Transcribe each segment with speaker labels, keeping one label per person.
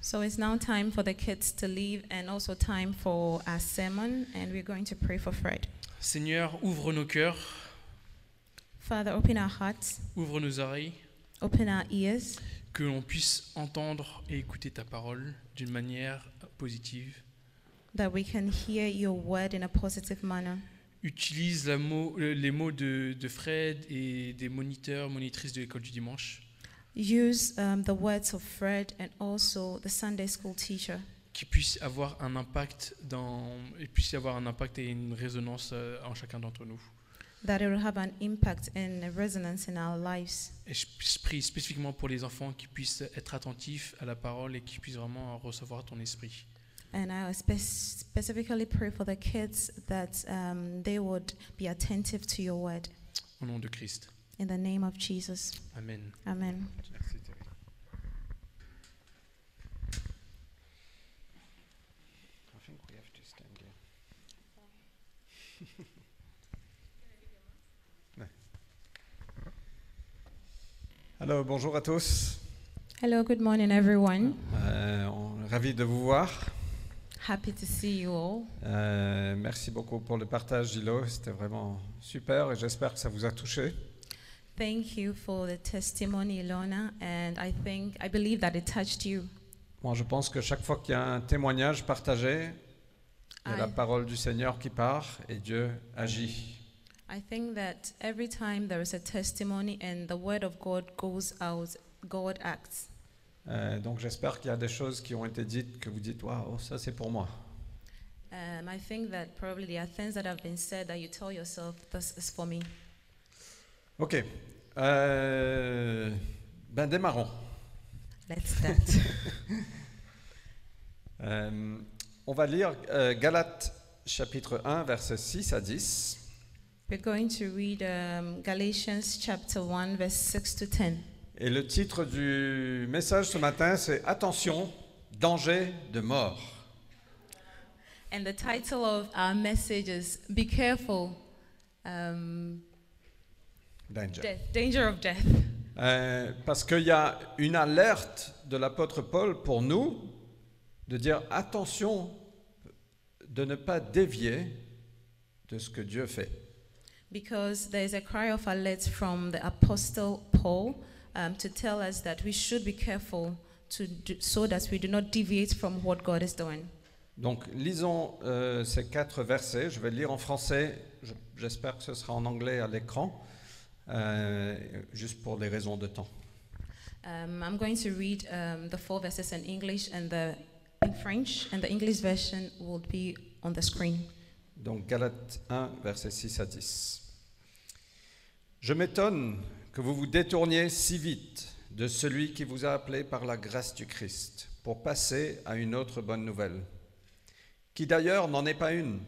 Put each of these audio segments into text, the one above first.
Speaker 1: So it's now time for the kids to leave and also time for our sermon, and we're going to pray for Fred.
Speaker 2: Seigneur, ouvre nos cœurs,
Speaker 1: Father, open our hearts,
Speaker 2: ouvre nos oreilles,
Speaker 1: open our ears,
Speaker 2: que l'on puisse entendre et écouter ta parole d'une manière positive.
Speaker 1: that we can hear your word in a positive manner.
Speaker 2: Utilise la mo- le- les mots de, de Fred et des moniteurs, monitrices de l'école du dimanche,
Speaker 1: Use um, the words of Fred and also the Sunday school teacher
Speaker 2: qui puissent avoir un impact dans, et puissent avoir un impact et une résonance euh, en chacun d'entre nous.
Speaker 1: that it will have an impact and a resonance in our lives.
Speaker 2: Et je je prie spécifiquement pour les enfants qui puissent être attentifs à la parole et qui puissent vraiment recevoir ton esprit.
Speaker 1: And I spe- specifically pray for the kids that um, they would be attentive to your word.
Speaker 2: Au nom de Christ.
Speaker 1: In the name of Jesus.
Speaker 2: Amen.
Speaker 1: Amen.
Speaker 3: I think we have to stand here. No. Alors, bonjour à tous.
Speaker 1: Hello, good morning, everyone.
Speaker 3: Euh, on- ravi de vous voir.
Speaker 1: Happy to see you all.
Speaker 3: Euh, merci beaucoup pour le partage, Gilo. C'était vraiment super et j'espère que ça vous a touché.
Speaker 1: Thank you for the testimony, Ilona, and I think, I believe that it touched you.
Speaker 3: Moi, je pense que chaque fois qu'il y a un témoignage partagé, il y a la
Speaker 1: Aye.
Speaker 3: parole du Seigneur qui part et Dieu agit.
Speaker 1: I think that every time there is a testimony and the word of God goes out, God acts.
Speaker 3: Euh, donc, j'espère qu'il y a des choses qui ont été dites que vous dites Waouh, ça c'est pour moi.
Speaker 1: Um, I think that probably there are things that have been said that you tell yourself, this is for me.
Speaker 3: Ok. Euh, ben démarrons.
Speaker 1: Let's start.
Speaker 3: Euh, on va lire euh, Galates chapitre 1 versets 6 à 10.
Speaker 1: We're going to read um, Galatians chapter 1, verse 6 to 10.
Speaker 3: Et le titre du message ce matin c'est Attention, danger de mort.
Speaker 1: And the title of our message is Be Careful um,
Speaker 3: Danger.
Speaker 1: Death, Danger of Death.
Speaker 3: Euh, parce qu'il y a une alerte de l'apôtre Paul pour nous de dire attention de ne pas dévier de ce que Dieu fait.
Speaker 1: Because there is a cry of alert from the Apostle Paul um, to tell us that we should be careful to do, so that we do not deviate from what God is doing.
Speaker 3: Donc lisons euh, ces quatre versets. Je vais le lire en français. Je- J'espère que ce sera en anglais à l'écran, euh, juste pour des raisons de temps.
Speaker 1: Um, I'm going to read um, the four verses in English and the in French, and the English version will be on the screen.
Speaker 3: Donc Galates 1, versets 6 à 10. Je m'étonne que vous vous détourniez si vite de celui qui vous a appelé par la grâce du Christ pour passer à une autre bonne nouvelle, qui d'ailleurs n'en est pas une.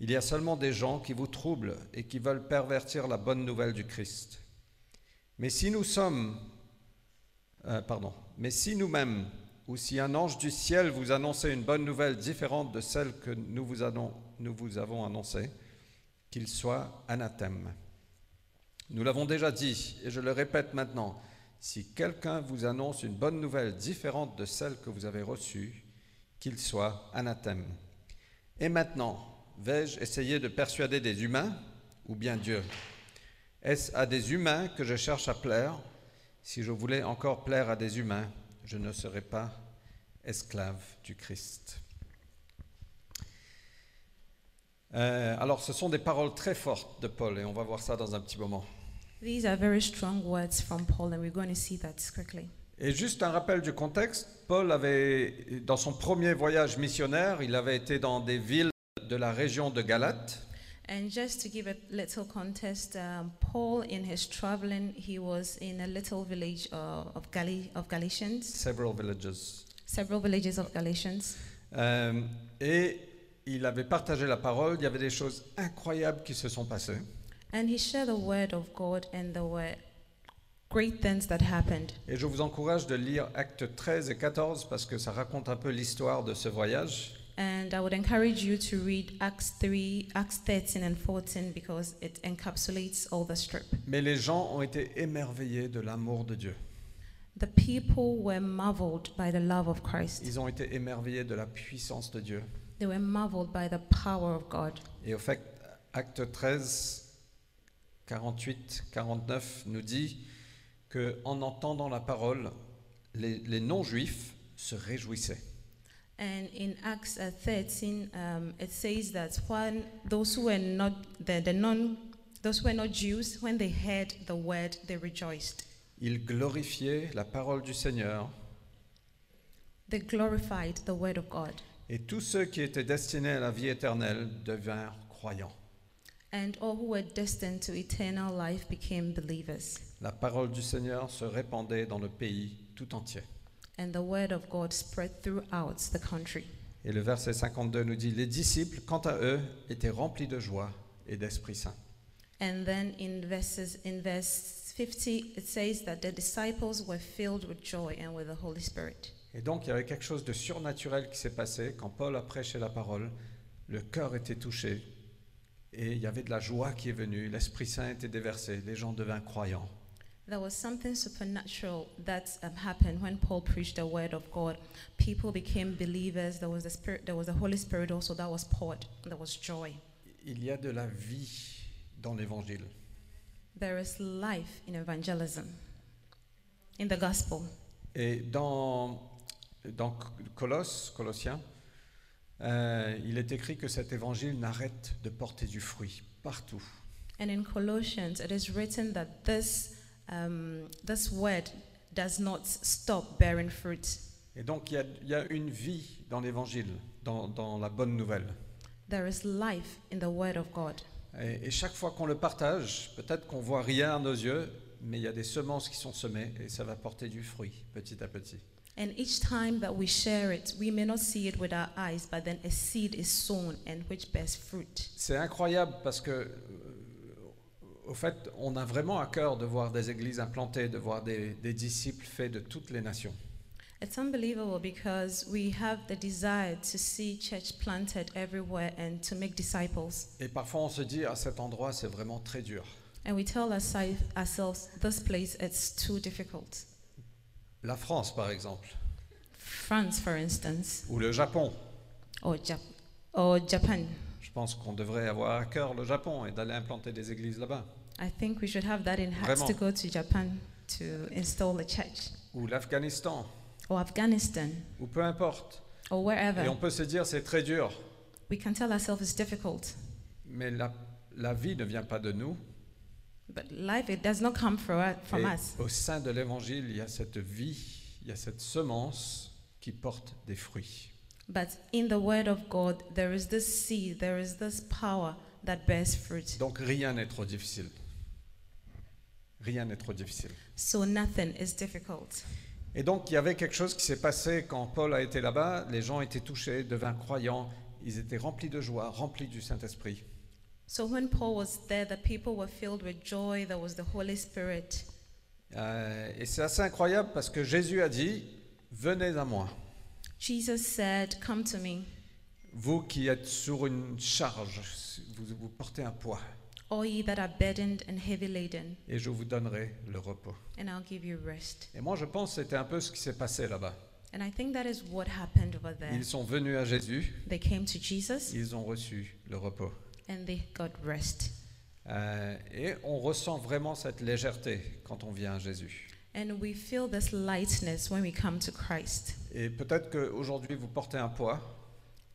Speaker 3: Il y a seulement des gens qui vous troublent et qui veulent pervertir la bonne nouvelle du Christ. Mais si nous sommes, euh, pardon, mais si nous-mêmes, ou si un ange du ciel vous annonçait une bonne nouvelle différente de celle que nous vous, annon- nous vous avons annoncée, qu'il soit anathème. Nous l'avons déjà dit, et je le répète maintenant, si quelqu'un vous annonce une bonne nouvelle différente de celle que vous avez reçue, qu'il soit anathème. Et maintenant, vais-je essayer de persuader des humains ou bien Dieu Est-ce à des humains que je cherche à plaire si je voulais encore plaire à des humains, je ne serais pas esclave du Christ. Euh, alors, ce sont des paroles très fortes de Paul, et on va voir ça dans un petit moment.
Speaker 1: These are very strong words from Paul, and we're going to see that quickly.
Speaker 3: Et juste un rappel du contexte, Paul avait, dans son premier voyage missionnaire, il avait été dans des villes de la région de Galate,
Speaker 1: And just to give a little context, um, Paul, in his traveling, he was in a little village uh, of, Gali- of Galatians,
Speaker 3: several villages.
Speaker 1: several villages of Galatians.
Speaker 3: Euh, et il avait partagé la parole, il y avait des choses incroyables qui se sont passées.
Speaker 1: And he shared the word of God, and there were great things that happened.
Speaker 3: Et je vous encourage de lire Actes 13 et 14 parce que ça raconte un peu l'histoire de ce voyage.
Speaker 1: And I would encourage you to read Acts 3, Acts 13, and 14 because it encapsulates all the strip.
Speaker 3: Mais les gens ont été émerveillés de l'amour de Dieu.
Speaker 1: The people were marveled by the love of Christ.
Speaker 3: Ils ont été émerveillés de la puissance de Dieu.
Speaker 1: They were marveled by the power of God.
Speaker 3: Et au fait, acte 13, 48, 49 nous dit que en entendant la parole, les, les non-juifs se réjouissaient.
Speaker 1: And in Acts uh, 13, um, it says that when those who were not the, the non those who were not Jews, when they heard the word, they rejoiced.
Speaker 3: Ils glorifiaient la parole du Seigneur
Speaker 1: They glorified the word of God.
Speaker 3: et tous ceux qui étaient destinés à la vie éternelle devinrent croyants.
Speaker 1: And all who were destined to eternal life became believers.
Speaker 3: La parole du Seigneur se répandait dans le pays tout entier.
Speaker 1: And the word of God spread throughout the country.
Speaker 3: Et le verset 52 nous dit, les disciples, quant à eux, étaient remplis de joie et d'Esprit Saint.
Speaker 1: And then in verses in verse 50 it says that the disciples were filled with joy and with the Holy Spirit.
Speaker 3: Et donc il y avait quelque chose de surnaturel qui s'est passé quand Paul a prêché la parole. Le cœur était touché et il y avait de la joie qui est venue. L'Esprit Saint était déversé. Les gens devinrent croyants.
Speaker 1: There was something supernatural that um, happened when Paul preached the word of God. People became believers. There was the spirit. There was the Holy Spirit also that was poured. There was joy.
Speaker 3: Il y a de la vie dans l'Évangile.
Speaker 1: There is life in evangelism, in the gospel.
Speaker 3: Et dans, dans Colosse, Colossiens, euh, il est écrit que cet Évangile n'arrête de porter du fruit partout.
Speaker 1: And in Colossians, it is written that this um, this word does not stop bearing fruit.
Speaker 3: Et donc il y a, il y a une vie dans l'Évangile, dans, dans la bonne nouvelle.
Speaker 1: There is life in the word of God.
Speaker 3: Et, et chaque fois qu'on le partage, peut-être qu'on voit rien à nos yeux, mais il y a des semences qui sont semées et ça va porter du fruit petit à petit.
Speaker 1: And each time that we share it, we may not see it with our eyes, but then a seed is sown and which bears fruit.
Speaker 3: C'est incroyable parce que, euh, au fait, on a vraiment à cœur de voir des églises implantées, de voir des, des disciples faits de toutes les nations.
Speaker 1: It's unbelievable because we have the desire to see church planted everywhere and to make disciples.
Speaker 3: Et parfois on se dit, à cet endroit, c'est vraiment très dur.
Speaker 1: And we tell oursi- ourselves, this place, it's too difficult.
Speaker 3: La France, par exemple,
Speaker 1: France, for instance,
Speaker 3: ou le Japon.
Speaker 1: or, Jap- or Japan.
Speaker 3: Je pense qu'on devrait avoir à cœur le Japon et d'aller implanter des églises là-bas.
Speaker 1: I think we should have that in hearts to
Speaker 3: Vraiment.
Speaker 1: go to Japan to install a church,
Speaker 3: Ou l'Afghanistan,
Speaker 1: or Afghanistan,
Speaker 3: ou peu importe.
Speaker 1: or wherever.
Speaker 3: Et on peut se dire, c'est très dur.
Speaker 1: We can tell ourselves it's difficult.
Speaker 3: Mais la, la vie ne vient pas de nous.
Speaker 1: But life, it does not come from, from
Speaker 3: Et
Speaker 1: us.
Speaker 3: au sein de l'Évangile, il y a cette vie, il y a cette semence qui porte des fruits.
Speaker 1: But in the word of God, there is this seed, there is this power that bears fruit.
Speaker 3: Donc rien n'est trop difficile. Rien n'est trop difficile.
Speaker 1: So nothing is difficult.
Speaker 3: Et donc il y avait quelque chose qui s'est passé quand Paul a été là-bas. Les gens étaient touchés, devinrent croyants. Ils étaient remplis de joie, remplis du Saint-Esprit.
Speaker 1: So when Paul was there, the people were filled with joy. There was the Holy Spirit.
Speaker 3: Euh, et c'est assez incroyable parce que Jésus a dit, venez à moi,
Speaker 1: Jesus said, Come to me,
Speaker 3: vous qui êtes sur une charge, vous, vous portez un poids,
Speaker 1: all ye that are burdened and heavy laden,
Speaker 3: et je vous donnerai le repos.
Speaker 1: and I'll give you rest.
Speaker 3: Et moi, je pense que c'était un peu ce qui s'est passé là-bas.
Speaker 1: And I think that is what happened over there.
Speaker 3: Ils sont venus à Jésus,
Speaker 1: They came to Jesus
Speaker 3: ils ont reçu le repos.
Speaker 1: and they got rest.
Speaker 3: Euh, et on ressent vraiment cette légèreté quand on vient à Jésus.
Speaker 1: And we feel this lightness when we come to Christ.
Speaker 3: Et peut-être qu'aujourd'hui, vous portez un poids,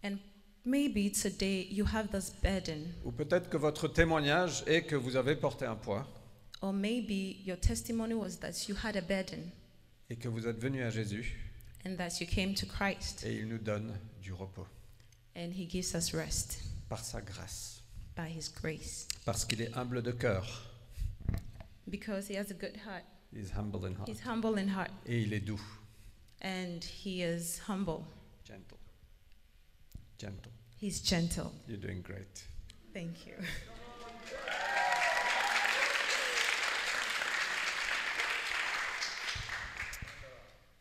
Speaker 1: And maybe today you have this burden,
Speaker 3: ou peut-être que votre témoignage est que vous avez porté un poids
Speaker 1: or maybe your testimony was that you had a burden
Speaker 3: et que vous êtes venu à Jésus
Speaker 1: and that you came to Christ
Speaker 3: et il nous donne du repos
Speaker 1: and He gives us rest
Speaker 3: par sa grâce,
Speaker 1: by His grace
Speaker 3: parce qu'il est humble de cœur.
Speaker 1: because He has a good heart.
Speaker 3: He's humble in heart.
Speaker 1: He's humble in heart
Speaker 3: Et il est doux.
Speaker 1: and He is humble.
Speaker 3: Gentle. Gentle.
Speaker 1: He's gentle.
Speaker 3: You're doing great.
Speaker 1: Thank you.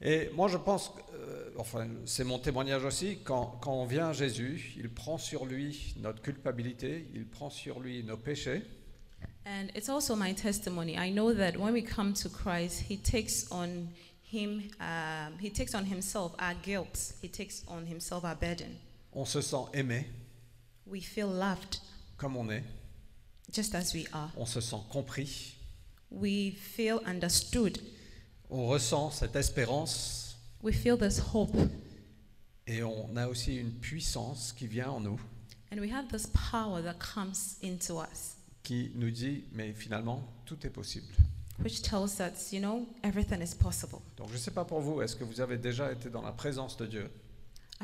Speaker 3: Et moi, je pense, que, euh, enfin, c'est mon témoignage aussi, quand, quand on vient à Jésus, il prend sur lui notre culpabilité, il prend sur lui nos péchés,
Speaker 1: And it's also my testimony. I know that when we come to Christ, He takes on him, um, he takes on himself our guilt, he takes on himself our burden.
Speaker 3: On se sent aimé
Speaker 1: We feel loved
Speaker 3: comme on est,
Speaker 1: just as we are.
Speaker 3: on se sent compris,
Speaker 1: We feel understood.
Speaker 3: on ressent cette espérance
Speaker 1: We feel this hope.
Speaker 3: et on a aussi une puissance qui vient en nous,
Speaker 1: And we have this power that comes into us,
Speaker 3: qui nous dit, mais finalement, tout est possible.
Speaker 1: which tells us, you know, everything is possible.
Speaker 3: Donc je ne sais pas pour vous, est-ce que vous avez déjà été dans la présence de Dieu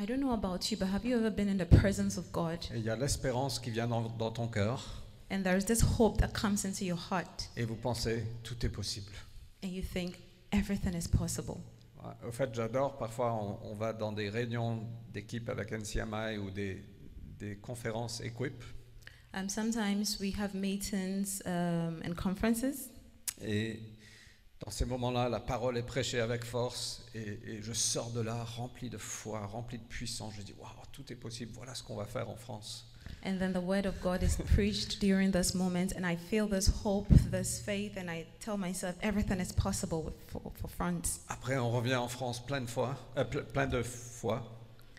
Speaker 1: I don't know about you, but have you ever been in the presence of God?
Speaker 3: et il y a l'espérance qui vient dans, dans ton cœur
Speaker 1: And there is this hope that comes into your heart,
Speaker 3: et vous pensez, tout est possible.
Speaker 1: and you think everything is possible.
Speaker 3: Ouais, Au fait, j'adore, parfois on, on va dans des réunions d'équipe avec NCMI ou des, des conférences Equip
Speaker 1: Um, sometimes we have meetings um, and conferences,
Speaker 3: et dans ces moments-là, la parole est prêchée avec force et, et je sors de là rempli de foi, rempli de puissance. Je dis, waouh, tout est possible, voilà ce qu'on va faire en France.
Speaker 1: and then the word of God is preached during this moment, and I feel this hope, this faith, and I tell myself everything is possible with- for, for France.
Speaker 3: Après, on revient en France plein de fois, euh, ple- plein de fois,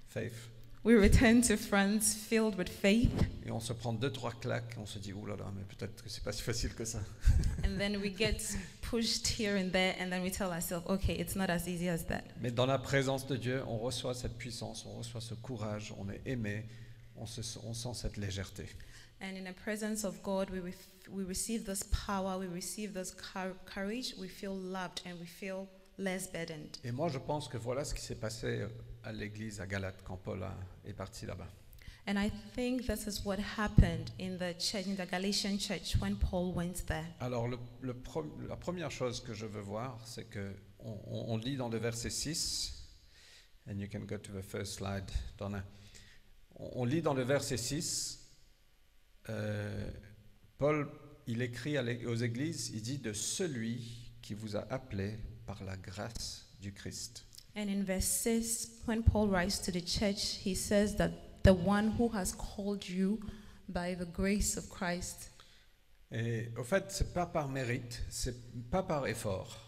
Speaker 3: faith,
Speaker 1: We return to France filled with faith,
Speaker 3: et on se prend deux, trois claques, on se dit, oulala, là là, mais peut-être que c'est pas si facile que ça.
Speaker 1: and then we get pushed here and there, and then we tell ourselves, okay, it's not as easy as that.
Speaker 3: Mais dans la présence de Dieu, on reçoit cette puissance, on reçoit ce courage, on est aimé, on, se, on sent cette légèreté.
Speaker 1: And in the presence of God, we, ref we receive this power, we receive this cour- courage, we feel loved, and we feel less burdened.
Speaker 3: Et moi, je pense que voilà ce qui s'est passé euh, à l'église à Galate quand Paul a- est parti là-bas.
Speaker 1: And I think this is what happened in the church, in the Galatian church, when Paul went there.
Speaker 3: Alors, le- le pro- la première chose que je veux voir, c'est que on, on- on lit dans le verset 6, and you can go to the first slide, Donna. On, on lit dans le verset 6, euh, Paul, il écrit à l'é- aux églises, il dit de celui qui vous a appelé par la grâce du Christ.
Speaker 1: And in verse 6, when Paul writes to the church, he says that the one who has called you by the grace of Christ.
Speaker 3: Et au fait, c'est pas par mérite, c'est pas par effort,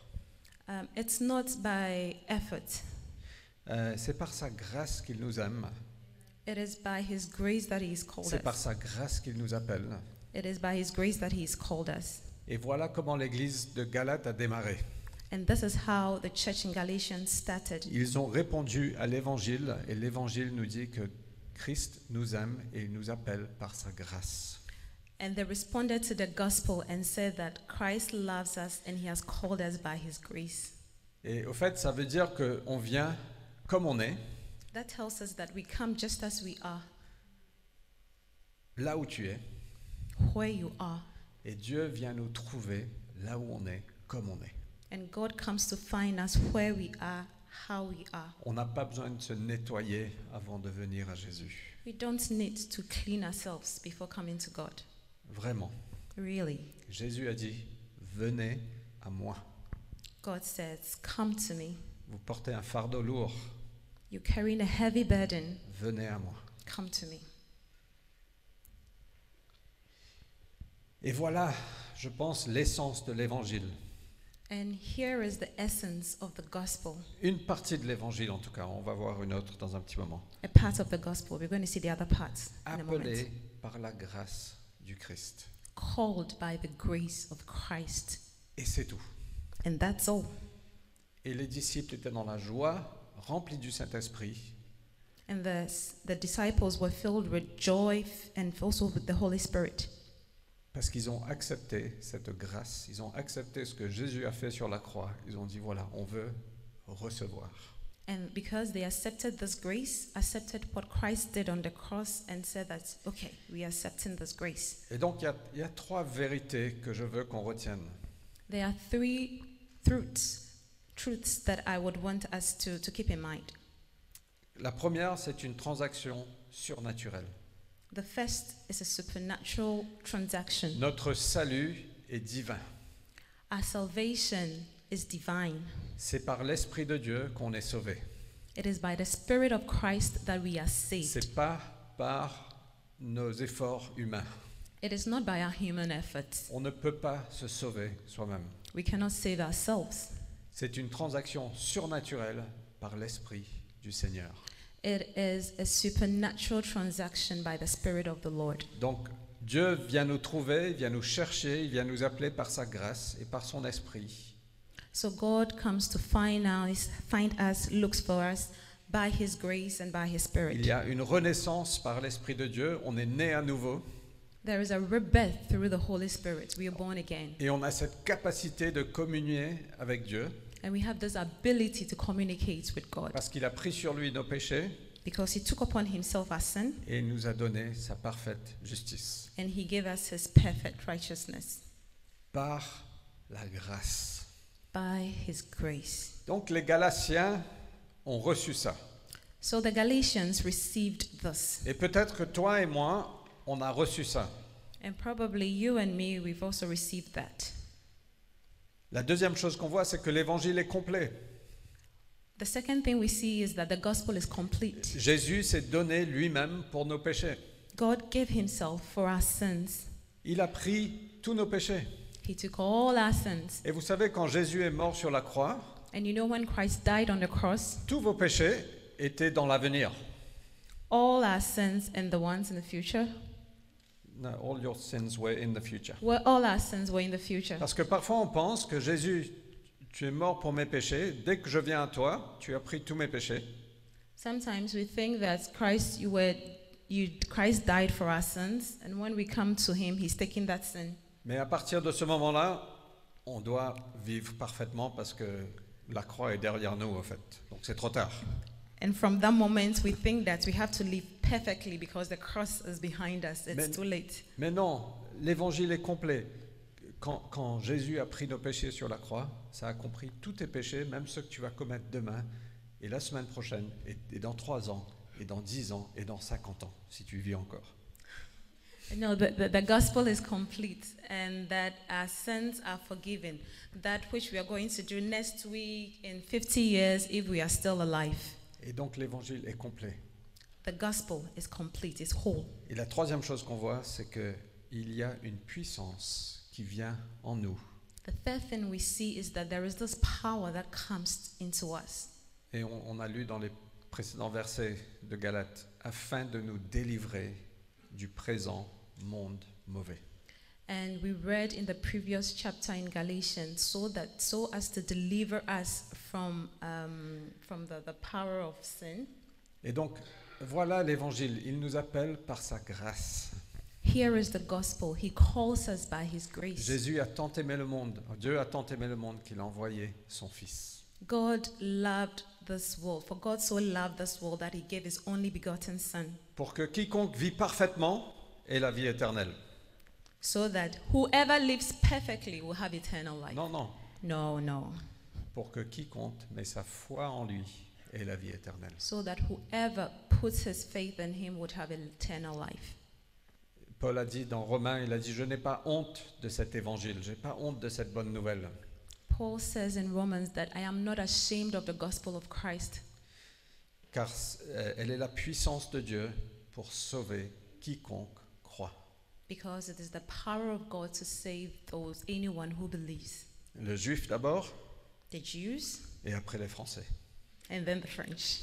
Speaker 1: Um, it's not by effort,
Speaker 3: euh, c'est par sa grâce qu'il nous aime,
Speaker 1: it is by his grace that he is called
Speaker 3: c'est par
Speaker 1: us.
Speaker 3: sa grâce qu'il nous appelle.
Speaker 1: It is by his grace that he is called us.
Speaker 3: Et voilà comment l'église de Galate a démarré.
Speaker 1: And this is how the church in Galatians started.
Speaker 3: Ils ont répondu à l'évangile et l'évangile nous dit que Christ nous aime et il nous appelle par sa grâce.
Speaker 1: And they responded to the gospel and said that Christ loves us and he has called us by his grace.
Speaker 3: Et au fait, ça veut dire qu'on vient comme on est,
Speaker 1: That tells us that we come just as we are,
Speaker 3: là où tu es,
Speaker 1: where you are.
Speaker 3: et Dieu vient nous trouver là où on est, comme on est.
Speaker 1: And God comes to find us where we are, how we are.
Speaker 3: On n'a pas besoin de se nettoyer avant de venir à Jésus.
Speaker 1: We don't need to clean ourselves before coming to God.
Speaker 3: Vraiment.
Speaker 1: Really.
Speaker 3: Jésus a dit, venez à moi.
Speaker 1: God says, Come to me.
Speaker 3: Vous portez un fardeau lourd,
Speaker 1: You're carrying a heavy burden.
Speaker 3: venez à moi.
Speaker 1: Come to me.
Speaker 3: Et voilà, je pense, l'essence de l'évangile.
Speaker 1: And here is the essence of the gospel,
Speaker 3: Une partie de l'évangile, en tout cas. On va voir une autre dans un petit moment.
Speaker 1: a part of the gospel. We're going to see the other parts in a moment.
Speaker 3: Appelé par la grâce du Christ.
Speaker 1: Called by the grace of Christ.
Speaker 3: Et c'est tout.
Speaker 1: And that's all.
Speaker 3: Et les disciples étaient dans la joie, remplis du Saint-Esprit.
Speaker 1: And the, s- the disciples were filled with joy f- and also with the Holy Spirit
Speaker 3: Parce qu'ils ont accepté cette grâce, ils ont accepté ce que Jésus a fait sur la croix. Ils ont dit, voilà, on veut recevoir.
Speaker 1: And because they accepted this grace, accepted what Christ did on the cross, and said that, okay, we are accepting this grace.
Speaker 3: Et donc, il y a- il y, a trois vérités que je veux qu'on retienne.
Speaker 1: There are three truths, truths that I would want us to, to keep in mind.
Speaker 3: La première, c'est une transaction surnaturelle.
Speaker 1: The first is a supernatural transaction.
Speaker 3: Notre salut est divin.
Speaker 1: Our salvation is divine.
Speaker 3: C'est par l'Esprit de Dieu qu'on est sauvé.
Speaker 1: It is by the Spirit of Christ that we are saved.
Speaker 3: C'est pas par nos efforts humains.
Speaker 1: It is not by our human efforts.
Speaker 3: On ne peut pas se sauver soi-même.
Speaker 1: We cannot save ourselves.
Speaker 3: C'est une transaction surnaturelle par l'Esprit du Seigneur.
Speaker 1: It is a supernatural transaction by the Spirit of the Lord.
Speaker 3: Donc Dieu vient nous trouver, il vient nous chercher, il vient nous appeler par sa grâce et par son Esprit.
Speaker 1: So God comes to find us, find us, looks for us by His grace and by His
Speaker 3: Il y
Speaker 1: Spirit.
Speaker 3: a une renaissance par l'Esprit de Dieu, on est né à nouveau
Speaker 1: There is a rebirth through the Holy Spirit. We are born again,
Speaker 3: et on a cette capacité de communier avec Dieu
Speaker 1: and we have this ability to communicate with God
Speaker 3: parce qu'il a pris sur lui nos péchés
Speaker 1: because He took upon Himself our sin
Speaker 3: et il nous a donné sa parfaite justice.
Speaker 1: and He gave us His perfect righteousness
Speaker 3: Par la grâce.
Speaker 1: by His grace.
Speaker 3: Donc les Galatiens ont reçu ça.
Speaker 1: So the Galatians received this,
Speaker 3: Et peut-être que toi et moi, on a reçu ça.
Speaker 1: and probably you and me, we've also received that.
Speaker 3: La deuxième chose qu'on voit, c'est que l'évangile est complet.
Speaker 1: The second thing we see is that the gospel is complete.
Speaker 3: Jésus s'est donné lui-même pour nos péchés.
Speaker 1: God gave Himself for our sins.
Speaker 3: Il a pris tous nos péchés.
Speaker 1: He took all our sins.
Speaker 3: Et vous savez, quand Jésus est mort sur la croix,
Speaker 1: And you know, when Christ died on the cross,
Speaker 3: tous vos péchés étaient dans l'avenir.
Speaker 1: all our sins and the ones in the future,
Speaker 3: No, all your sins were in the future.
Speaker 1: well, all our sins were in the future.
Speaker 3: Parce que parfois on pense que Jésus, tu es mort pour mes péchés. Dès que je viens à toi, tu as pris tous mes péchés.
Speaker 1: Sometimes we think that Christ, you were, you, Christ died for our sins, and when we come to Him, He's taking that sin.
Speaker 3: Mais à partir de ce moment-là, on doit vivre parfaitement parce que la croix est derrière nous, en fait. Donc c'est trop tard.
Speaker 1: And from that moment, we think that we have to live perfectly because the cross is behind us. It's
Speaker 3: Men-
Speaker 1: too late.
Speaker 3: Mais non, l'évangile est complet. Quand, quand Jésus a pris nos péchés sur la croix, ça a compris tous tes péchés, même ceux que tu vas commettre demain, et la semaine prochaine, et, et dans trois ans, et dans dix ans, et dans 50 ans, si tu vis encore.
Speaker 1: No, the, the, the gospel is complete and that our sins are forgiven. That which we are going to do next week in 50 years if we are still alive.
Speaker 3: Et donc l'évangile est complet.
Speaker 1: The gospel is complete, it's whole.
Speaker 3: Et la troisième chose qu'on voit, c'est que il y a une puissance qui vient en nous.
Speaker 1: The third thing we see is that there is this power that comes into us.
Speaker 3: Et on, on a lu dans les précédents versets de Galates, afin de nous délivrer du présent monde mauvais.
Speaker 1: And we read in the previous chapter in Galatians, so that so as to deliver us from um, from the, the power of sin.
Speaker 3: Et donc, voilà l'évangile. Il nous appelle par sa grâce.
Speaker 1: Here is the gospel. He calls us by his grace.
Speaker 3: Jésus a tant aimé le monde, Dieu a tant aimé le monde qu'il a envoyé son Fils.
Speaker 1: God loved this world, for God so loved this world that he gave his only begotten Son,
Speaker 3: Pour que quiconque vit parfaitement ait la vie éternelle.
Speaker 1: so that whoever lives perfectly will have eternal life.
Speaker 3: Non, non.
Speaker 1: No, no.
Speaker 3: Pour que quiconque met sa foi en lui ait la vie éternelle.
Speaker 1: So that whoever puts his faith in him would have eternal life.
Speaker 3: Paul a dit dans Romains, il a dit, je n'ai pas honte de cet évangile, je n'ai pas honte de cette bonne nouvelle.
Speaker 1: Paul says in Romans that I am not ashamed of the gospel of Christ,
Speaker 3: car euh, elle est la puissance de Dieu pour sauver quiconque croit.
Speaker 1: because it is the power of God to save those, anyone who believes.
Speaker 3: Le juif d'abord
Speaker 1: The Jews
Speaker 3: et après les Français.
Speaker 1: and then the French.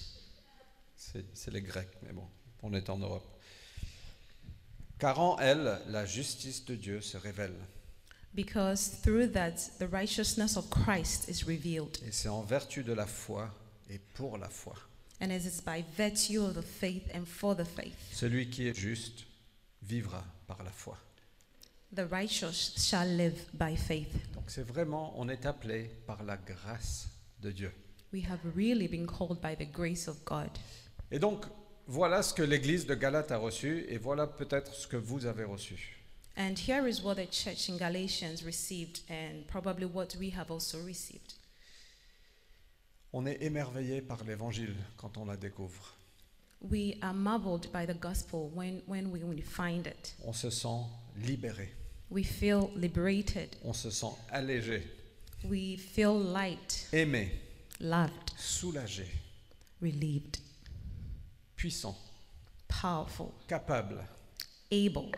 Speaker 3: C'est c'est les Grecs, mais bon, on est en Europe. Car en elle, la justice de Dieu se révèle.
Speaker 1: Because through that, the righteousness of Christ is revealed.
Speaker 3: Et c'est en vertu de la foi et pour la foi.
Speaker 1: And it is by virtue of the faith and for the faith,
Speaker 3: Celui qui est juste vivra par la foi.
Speaker 1: the righteous shall live by faith.
Speaker 3: Donc c'est vraiment, on est appelé par la grâce de Dieu.
Speaker 1: We have really been called by the grace of God.
Speaker 3: Et donc, voilà ce que l'Église de Galate a reçu et voilà peut-être ce que vous avez reçu.
Speaker 1: And here is what the church in Galatians received, and probably what we have also received.
Speaker 3: On est émerveillé par l'évangile quand on la découvre.
Speaker 1: We are marveled by the gospel when, when, we, when we find it.
Speaker 3: On se sent libéré,
Speaker 1: We feel liberated,
Speaker 3: on se sent allégé,
Speaker 1: we feel light,
Speaker 3: aimé,
Speaker 1: loved,
Speaker 3: soulagé,
Speaker 1: relieved,
Speaker 3: puissant,
Speaker 1: powerful,
Speaker 3: capable.
Speaker 1: able.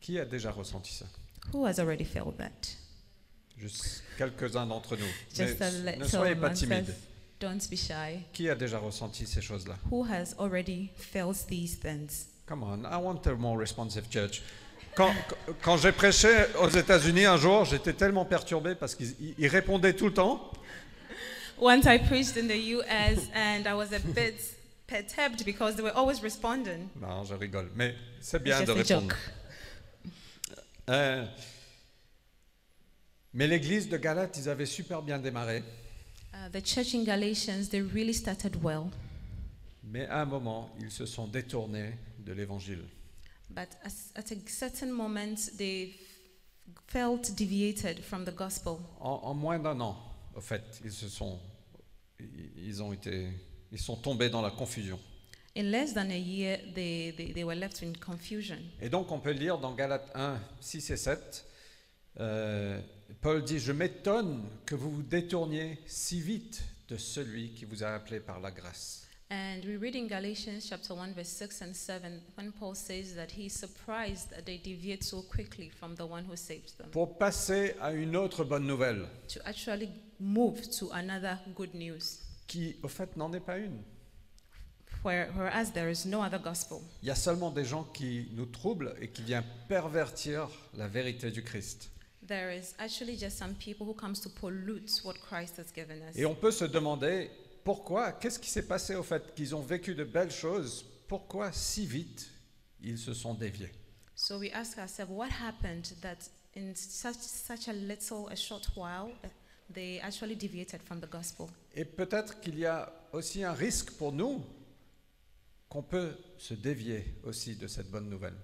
Speaker 3: Qui a déjà ressenti ça
Speaker 1: Who has already felt that?
Speaker 3: Juste quelques-uns d'entre nous.
Speaker 1: Just
Speaker 3: Mais
Speaker 1: a little
Speaker 3: ne soyez pas
Speaker 1: one says,
Speaker 3: timide.
Speaker 1: Don't be shy.
Speaker 3: Qui a déjà ressenti ces choses-là?
Speaker 1: Who has already felt these things?
Speaker 3: Come on, I want a more responsive church. Quand, quand- quand j'ai prêché aux États-Unis un jour, j'étais tellement perturbé parce qu'ils ils- ils répondaient tout le temps.
Speaker 1: Once I preached in the US and I was a bit perturbed because they were always responding.
Speaker 3: Non, je rigole, mais c'est
Speaker 1: It's
Speaker 3: bien de
Speaker 1: just a
Speaker 3: répondre.
Speaker 1: joke.
Speaker 3: Euh, mais l'église de Galate, ils avaient super bien démarré.
Speaker 1: Uh, the church in Galatians, they really started well.
Speaker 3: Mais à un moment, ils se sont détournés de l'évangile.
Speaker 1: But as, at a certain moment, they felt deviated from the gospel.
Speaker 3: En, en moins d'un an, au fait, ils se sont, i- ils ont été, ils sont tombés dans la confusion.
Speaker 1: In less than a year, they, they, they were left in confusion.
Speaker 3: Et donc, on peut lire dans Galates 1, 6 et 7, euh, Paul dit Je m'étonne que vous vous détourniez si vite de celui qui vous a appelé par la grâce.
Speaker 1: And we read in Galatians chapter 1, verse 6 and 7, when Paul says that he's surprised that they deviate so quickly from the one who saved them
Speaker 3: Pour passer à une autre bonne nouvelle,
Speaker 1: to actually move to another good news,
Speaker 3: qui, au fait, n'en est pas une.
Speaker 1: where, whereas there is no other gospel.
Speaker 3: Il y a seulement des gens qui nous troublent et qui viennent pervertir la vérité du Christ.
Speaker 1: There is actually just some people who comes to pollute what Christ has given us.
Speaker 3: Et on peut se demander pourquoi, qu'est-ce qui s'est passé au fait qu'ils ont vécu de belles choses, pourquoi si vite ils se sont déviés.
Speaker 1: So we ask ourselves, what happened that in such such a little, a short while, uh, they actually deviated from the gospel?
Speaker 3: Et peut-être qu'il y a aussi un risque pour nous qu'on peut se dévier aussi de cette bonne nouvelle.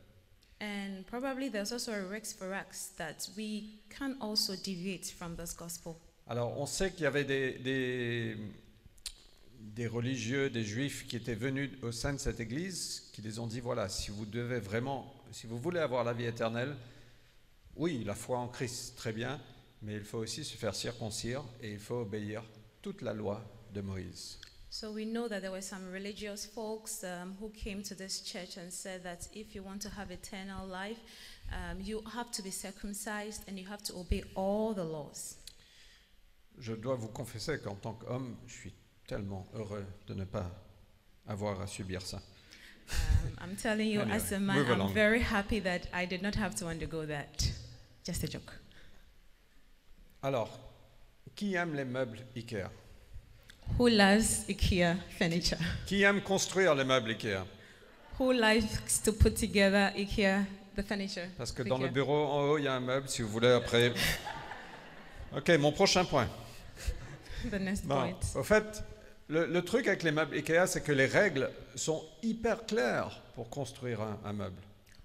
Speaker 1: And probably there's also a risk for us that we can also deviate from this gospel.
Speaker 3: Alors on sait qu'il y avait des, des, des religieux, des juifs qui étaient venus au sein de cette église, qui les ont dit, voilà, si vous devez vraiment, si vous voulez avoir la vie éternelle, oui, la foi en Christ, très bien, mais il faut aussi se faire circoncire et il faut obéir toute la loi de Moïse.
Speaker 1: So we know that there were some religious folks um, who came to this church and said that if you want to have eternal life, um, you have to be circumcised and you have to obey all the laws.
Speaker 3: Je dois vous confesser qu'en tant qu'homme, je suis tellement heureux de ne pas avoir à subir ça.
Speaker 1: Um, I'm telling you, as a
Speaker 3: Anyway,
Speaker 1: man,
Speaker 3: move
Speaker 1: I'm
Speaker 3: along.
Speaker 1: very happy that I did not have to undergo that. Just a joke.
Speaker 3: Alors, qui aime les meubles Ikea
Speaker 1: Who loves IKEA furniture?
Speaker 3: Qui aime construire les meubles Ikea
Speaker 1: Who likes to put together IKEA the furniture?
Speaker 3: Parce que dans le
Speaker 1: Ikea.
Speaker 3: bureau en haut, il y a un meuble, si vous voulez, après. Ok, mon prochain point.
Speaker 1: The next
Speaker 3: Bon,
Speaker 1: point.
Speaker 3: au fait, le, le truc avec les meubles IKEA, c'est que les règles sont hyper claires pour construire un, un meuble.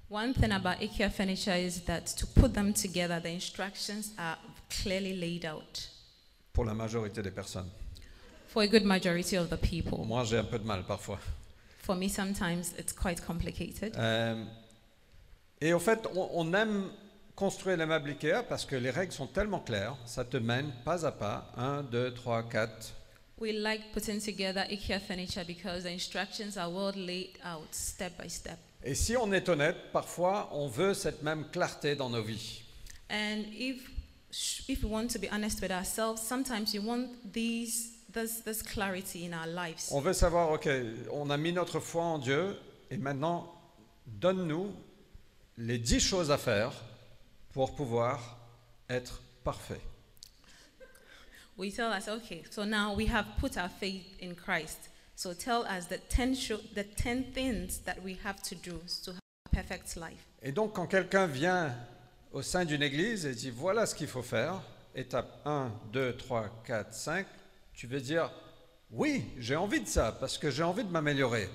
Speaker 1: One thing about IKEA furniture is that to put them together, the instructions are clearly laid out
Speaker 3: Pour la majorité des personnes.
Speaker 1: for a good majority of the
Speaker 3: Pour
Speaker 1: people.
Speaker 3: moi, j'ai un peu de mal parfois.
Speaker 1: For me, sometimes it's quite complicated.
Speaker 3: Euh, et au fait, on, on aime construire les meubles IKEA parce que les règles sont tellement claires, ça te mène pas à pas. 1, 2, 3, 4.
Speaker 1: We like putting together IKEA furniture because the instructions are well laid out step by step.
Speaker 3: Et si on est honnête, parfois, on veut cette même clarté dans nos vies.
Speaker 1: And if if we want to be honest with ourselves, sometimes we want these this this clarity in our lives.
Speaker 3: On veut savoir, ok, on a mis notre foi en Dieu, et maintenant, donne-nous les dix choses à faire pour pouvoir être parfait.
Speaker 1: We tell us, okay, so now we have put our faith in Christ. So tell us the ten sho- the ten things that we have to do to have a perfect life.
Speaker 3: Et donc, quand quelqu'un vient au sein d'une église et dit, voilà ce qu'il faut faire, étape 1, 2, 3, 4, 5, tu veux dire, oui, j'ai envie de ça, parce que j'ai envie de m'améliorer.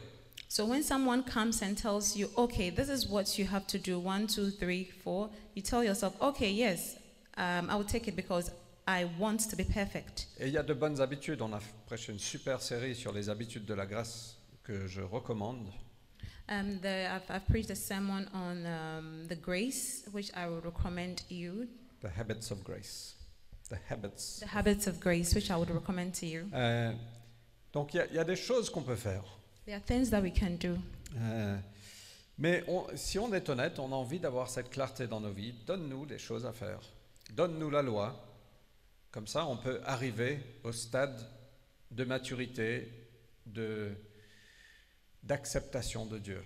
Speaker 1: So when someone comes and tells you, okay, this is what you have to do, one, two, three, four, you tell yourself, okay, yes, um, I will take it because I want to be perfect.
Speaker 3: Et il y a de bonnes habitudes. On a prêché une super série sur les habitudes de la grâce que je recommande.
Speaker 1: Um, the, I've, I've preached a sermon on um, the grace, which I would recommend you,
Speaker 3: The habits of grace. The habits.
Speaker 1: the habits of grace, which I would recommend to you.
Speaker 3: Euh, donc il y a- il y, a des choses qu'on peut faire.
Speaker 1: There are things that we can do.
Speaker 3: Euh, mais on- si on est honnête, on a envie d'avoir cette clarté dans nos vies. Donne-nous les choses à faire. Donne-nous la loi. Comme ça, on peut arriver au stade de maturité, de- d'acceptation de Dieu.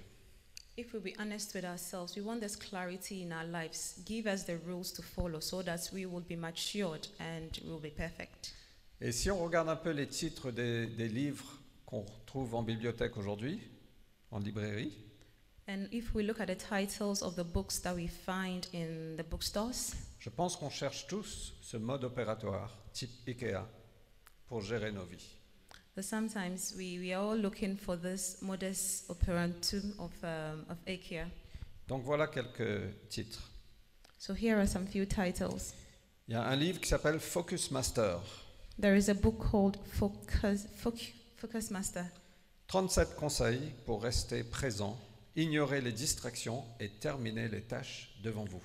Speaker 1: If we be honest with ourselves, we want this clarity in our lives. Give us the rules to follow so that we will be matured and we will be perfect.
Speaker 3: Et si on regarde un peu les titres des, des livres qu'on retrouve en bibliothèque aujourd'hui, en librairie,
Speaker 1: And if we look at the titles of the books that we find in the bookstores,
Speaker 3: je pense qu'on cherche tous ce mode opératoire type IKEA pour gérer nos vies.
Speaker 1: that sometimes we, we are all looking for this modus operandum of, um, of IKEA.
Speaker 3: Donc voilà quelques titres.
Speaker 1: So here are some few titles.
Speaker 3: Il y a un livre qui s'appelle Focus Master,
Speaker 1: There is a book called Focus, Foc- Focus Master.
Speaker 3: 37 conseils pour rester présent, ignorer les distractions et terminer les tâches devant vous.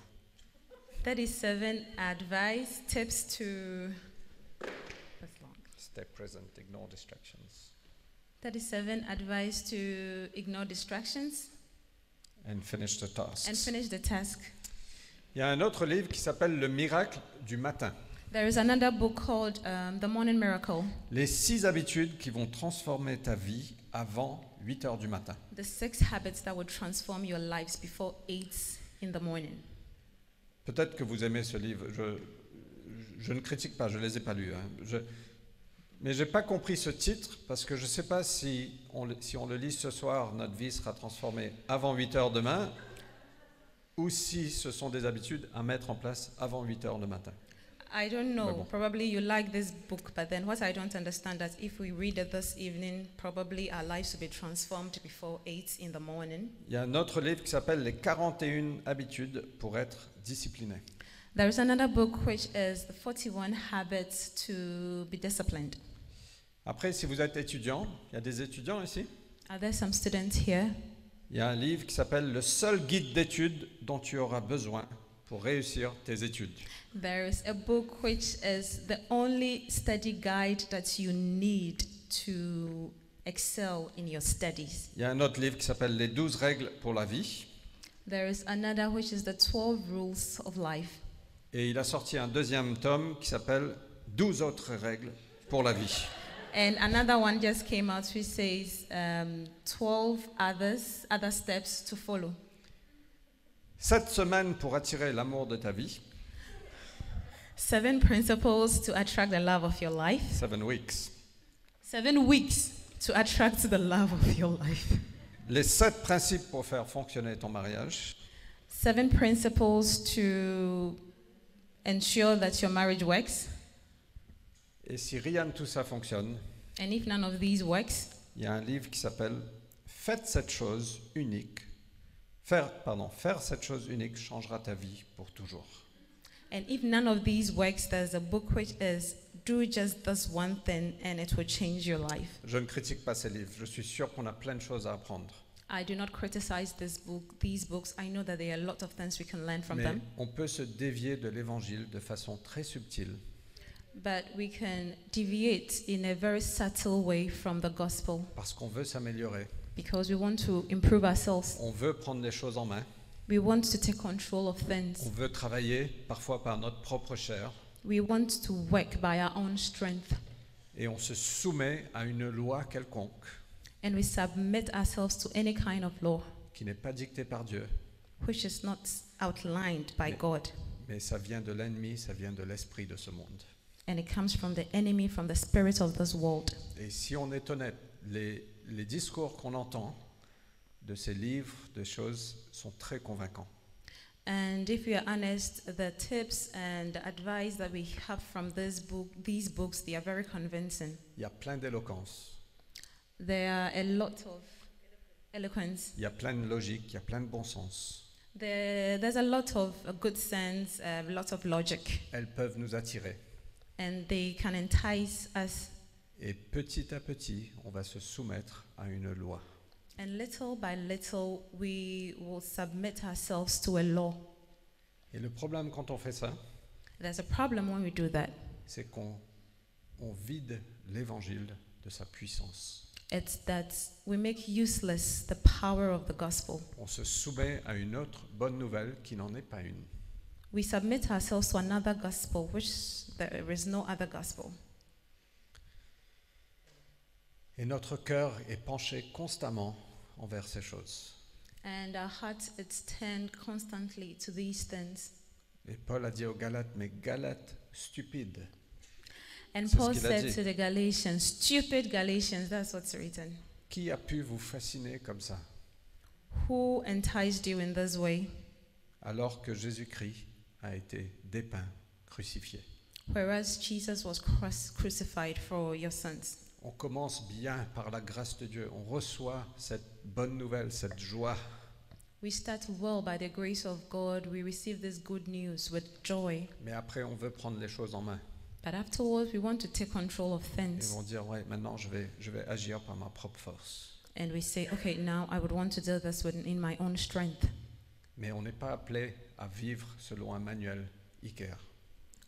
Speaker 1: 37 advice tips to. That's long.
Speaker 3: Stay present, ignore distractions.
Speaker 1: 37 advice to ignore distractions
Speaker 3: And finish the tasks.
Speaker 1: and finish the task.
Speaker 3: Il y a un autre livre qui s'appelle Le miracle du matin.
Speaker 1: There is another book called um, The Morning Miracle
Speaker 3: Les six habitudes qui vont transformer ta vie avant 8 heures du matin.
Speaker 1: The Six Habits That Will Transform Your Lives Before 8 in the Morning.
Speaker 3: Peut-être que vous aimez ce livre. Je, je ne critique pas, je ne les ai pas lus. hein. Je- mais je n'ai pas compris ce titre parce que je ne sais pas si on, le- si on le lit ce soir, notre vie sera transformée avant 8 heures demain ou si ce sont des habitudes à mettre en place avant 8 heures le matin.
Speaker 1: I don't know.
Speaker 3: Bible.
Speaker 1: Probably you like this book, but then what I don't understand that if we read it this evening, probably our lives will be transformed before 8 in the morning.
Speaker 3: Il y a un autre livre qui s'appelle Les 41 habitudes pour être discipliné.
Speaker 1: There is another book which is The 41 Habits to Be Disciplined.
Speaker 3: Après, si vous êtes étudiant, il y a des étudiants ici
Speaker 1: Are there some students here?
Speaker 3: Il y a un livre qui s'appelle Le seul guide d'études dont tu auras besoin pour réussir tes études.
Speaker 1: There is a book which is the only study guide that you need to excel in your studies.
Speaker 3: Il y a un autre livre qui s'appelle Les 12 règles pour la vie.
Speaker 1: There is another which is the 12 rules of life.
Speaker 3: Et il a sorti un deuxième tome qui s'appelle 12 autres règles pour la vie.
Speaker 1: And another one just came out which says um, 12 others, other steps to follow.
Speaker 3: Cette semaine pour attirer l'amour de ta vie,
Speaker 1: Seven principles to attract the love of your life.
Speaker 3: Seven Weeks.
Speaker 1: Seven weeks to attract the love of your life.
Speaker 3: Les 7 principes pour faire fonctionner ton mariage.
Speaker 1: Seven principles to ensure that your marriage works.
Speaker 3: Et si rien de tout ça fonctionne,
Speaker 1: And if none of these works,
Speaker 3: il y a un livre qui s'appelle Faites cette chose unique. Faire, pardon, faire cette chose unique changera ta vie pour toujours.
Speaker 1: and if none of these works, there's a book which is Do Just This One Thing and It Will Change Your Life.
Speaker 3: Je ne critique pas ces livres. Je suis sûr qu'on a plein de choses à apprendre.
Speaker 1: I do not criticize this book, these books. I know that there are a lot of things we can learn from
Speaker 3: Mais
Speaker 1: them,
Speaker 3: on peut se dévier de l'évangile de façon très subtile
Speaker 1: but we can deviate in a very subtle way from the gospel
Speaker 3: parce qu'on veut s'améliorer.
Speaker 1: because we want to improve ourselves.
Speaker 3: On veut prendre les choses en main.
Speaker 1: We want to take control of
Speaker 3: On
Speaker 1: things.
Speaker 3: veut travailler parfois par notre propre chair
Speaker 1: We want to work by our own strength,
Speaker 3: et on se soumet à une loi quelconque
Speaker 1: and we submit ourselves to any kind of law
Speaker 3: qui n'est pas dictée par Dieu,
Speaker 1: which is not outlined by
Speaker 3: Yeah.
Speaker 1: God.
Speaker 3: mais ça vient de l'ennemi, ça vient de l'esprit de ce monde.
Speaker 1: and it comes from the enemy, from the spirit of this world.
Speaker 3: Et si on est honnête, les, les discours qu'on entend de ces livres, de choses, sont très convaincants.
Speaker 1: And if we are honest, the tips and the advice that we have from this book, these books, they are very convincing.
Speaker 3: Il y a plein d'éloquence,
Speaker 1: There are a lot of eloquence.
Speaker 3: il y a plein de logique, il y a plein de bon sens.
Speaker 1: There, there's a lot of uh, good sense, a lot of logic,
Speaker 3: Elles peuvent nous attirer.
Speaker 1: and they can entice us.
Speaker 3: Et petit à petit, on va se soumettre à une loi.
Speaker 1: And little by little, we will submit ourselves to a law.
Speaker 3: Et le problème quand on fait ça,
Speaker 1: There's a problem when we do that.
Speaker 3: c'est qu'on on vide l'évangile de sa puissance.
Speaker 1: It's that we make useless the power of the gospel.
Speaker 3: On se soumet à une autre bonne nouvelle qui n'en est pas une.
Speaker 1: we submit ourselves to another gospel, which there is no other gospel.
Speaker 3: Et notre cœur est penché constamment envers ces choses.
Speaker 1: And our heart is turned constantly to these things.
Speaker 3: Et Paul a dit aux Galates, mais Galates, stupide,
Speaker 1: And
Speaker 3: C'est ce
Speaker 1: Paul
Speaker 3: qu'il a
Speaker 1: said
Speaker 3: dit.
Speaker 1: to the Galatians, stupid Galatians, that's what's written.
Speaker 3: qui a pu vous fasciner comme ça
Speaker 1: Who enticed you in this way?
Speaker 3: alors que Jésus-Christ a été dépeint, crucifié
Speaker 1: Whereas Jesus was cross crucified for your sins.
Speaker 3: On commence bien par la grâce de Dieu, on reçoit cette bonne nouvelle, cette joie,
Speaker 1: We start well by the grace of God. We receive this good news with joy.
Speaker 3: mais après on veut prendre les choses en main.
Speaker 1: But afterwards, we want to take control of
Speaker 3: Ils
Speaker 1: things.
Speaker 3: vont dire, ouais, maintenant je vais, je vais agir par ma propre force.
Speaker 1: And we say, okay, now I would want to do this with, in my own strength.
Speaker 3: Mais on n'est pas appelé à vivre selon un manuel Iker.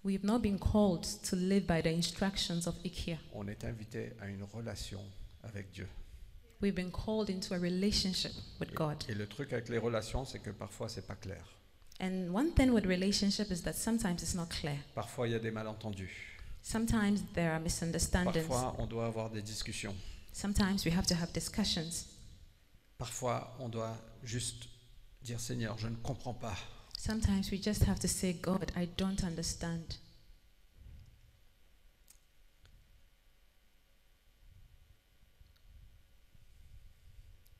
Speaker 1: We have not been called to live by the instructions of IKEA.
Speaker 3: On est invité à une relation avec Dieu.
Speaker 1: We've been called into a relationship with God.
Speaker 3: Et le truc avec les relations, c'est que parfois c'est pas clair.
Speaker 1: And one thing with relationship is that sometimes it's not clear.
Speaker 3: Parfois il y a des malentendus.
Speaker 1: Sometimes there are misunderstandings.
Speaker 3: Parfois on doit avoir des discussions.
Speaker 1: Sometimes we have to have discussions.
Speaker 3: Parfois on doit juste dire Seigneur, je ne comprends pas.
Speaker 1: Sometimes we just have to say, God, I don't understand.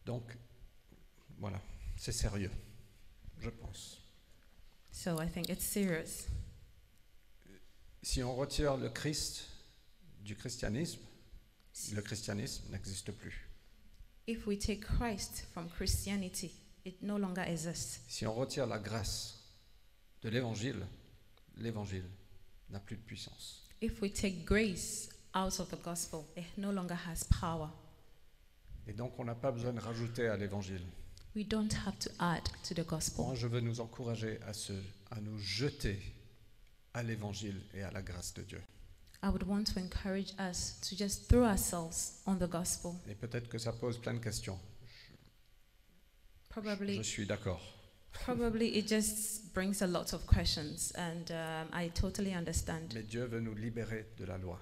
Speaker 3: Donc voilà, c'est sérieux, je pense.
Speaker 1: So I think it's serious.
Speaker 3: Si on retire le Christ du christianisme, le christianisme n'existe plus.
Speaker 1: If we take Christ from Christianity, it no longer exists.
Speaker 3: Si on retire la grâce de l'évangile, l'évangile n'a plus de puissance.
Speaker 1: If we take grace out of the gospel, it no longer has power.
Speaker 3: Et donc on n'a pas besoin de rajouter à l'évangile.
Speaker 1: We don't have to add to the
Speaker 3: Moi,
Speaker 1: gospel.
Speaker 3: je veux nous encourager à, se, à nous jeter à l'évangile et à la grâce de Dieu.
Speaker 1: I would want to encourage us to just throw ourselves on the gospel.
Speaker 3: Et peut-être que ça pose plein de questions. Je
Speaker 1: Probably,
Speaker 3: suis d'accord.
Speaker 1: probably it just brings a lot of questions, and um, I totally understand.
Speaker 3: Mais Dieu veut nous libérer de la loi.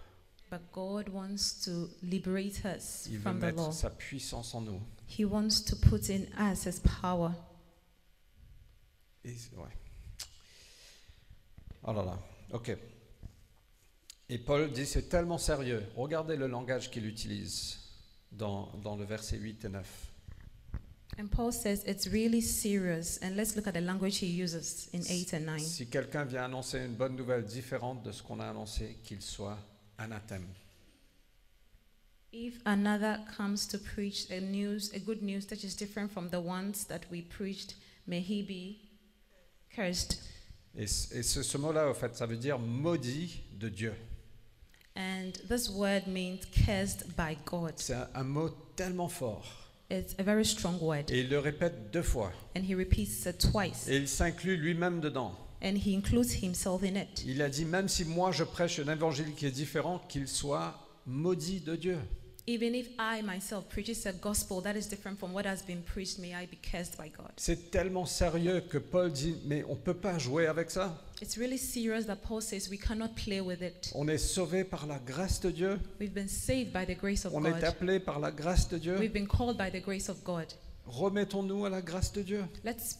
Speaker 1: But God wants to liberate us
Speaker 3: Il veut
Speaker 1: from the
Speaker 3: mettre
Speaker 1: law.
Speaker 3: sa puissance en nous.
Speaker 1: He wants to put in us His power.
Speaker 3: Et, ouais. Oh là là, ok. Et Paul dit c'est tellement sérieux. Regardez le langage qu'il utilise dans, dans le verset 8 et 9.
Speaker 1: And Paul says it's really serious. And let's look at the language he uses in 8 and 9.
Speaker 3: Si quelqu'un vient annoncer une bonne nouvelle différente de ce qu'on a annoncé, qu'il soit anathème.
Speaker 1: If another comes to preach a news, a good news that is different from the ones that we preached, may he be cursed.
Speaker 3: Et, c- et ce, ce mot-là, au fait, ça veut dire maudit de Dieu.
Speaker 1: And this word means cursed by God.
Speaker 3: C'est un, un mot tellement fort.
Speaker 1: It's a very strong word.
Speaker 3: Et il le répète deux fois.
Speaker 1: And he repeats it twice.
Speaker 3: Et il s'inclut lui-même dedans.
Speaker 1: And he includes himself in it.
Speaker 3: Il a dit, même si moi je prêche un évangile qui est différent, qu'il soit maudit de Dieu.
Speaker 1: Even if I myself preaches a gospel that is different from what has been preached, may I be cursed by God.
Speaker 3: C'est tellement sérieux que Paul dit, mais on ne peut pas jouer avec ça.
Speaker 1: It's really serious that Paul says we cannot play with it.
Speaker 3: On est sauvé par la grâce de Dieu.
Speaker 1: We've been saved by the grace of
Speaker 3: On est
Speaker 1: God.
Speaker 3: appelé par la grâce de
Speaker 1: We've
Speaker 3: Dieu.
Speaker 1: been called by the grace of God.
Speaker 3: Remettons-nous à la grâce de Dieu.
Speaker 1: Let's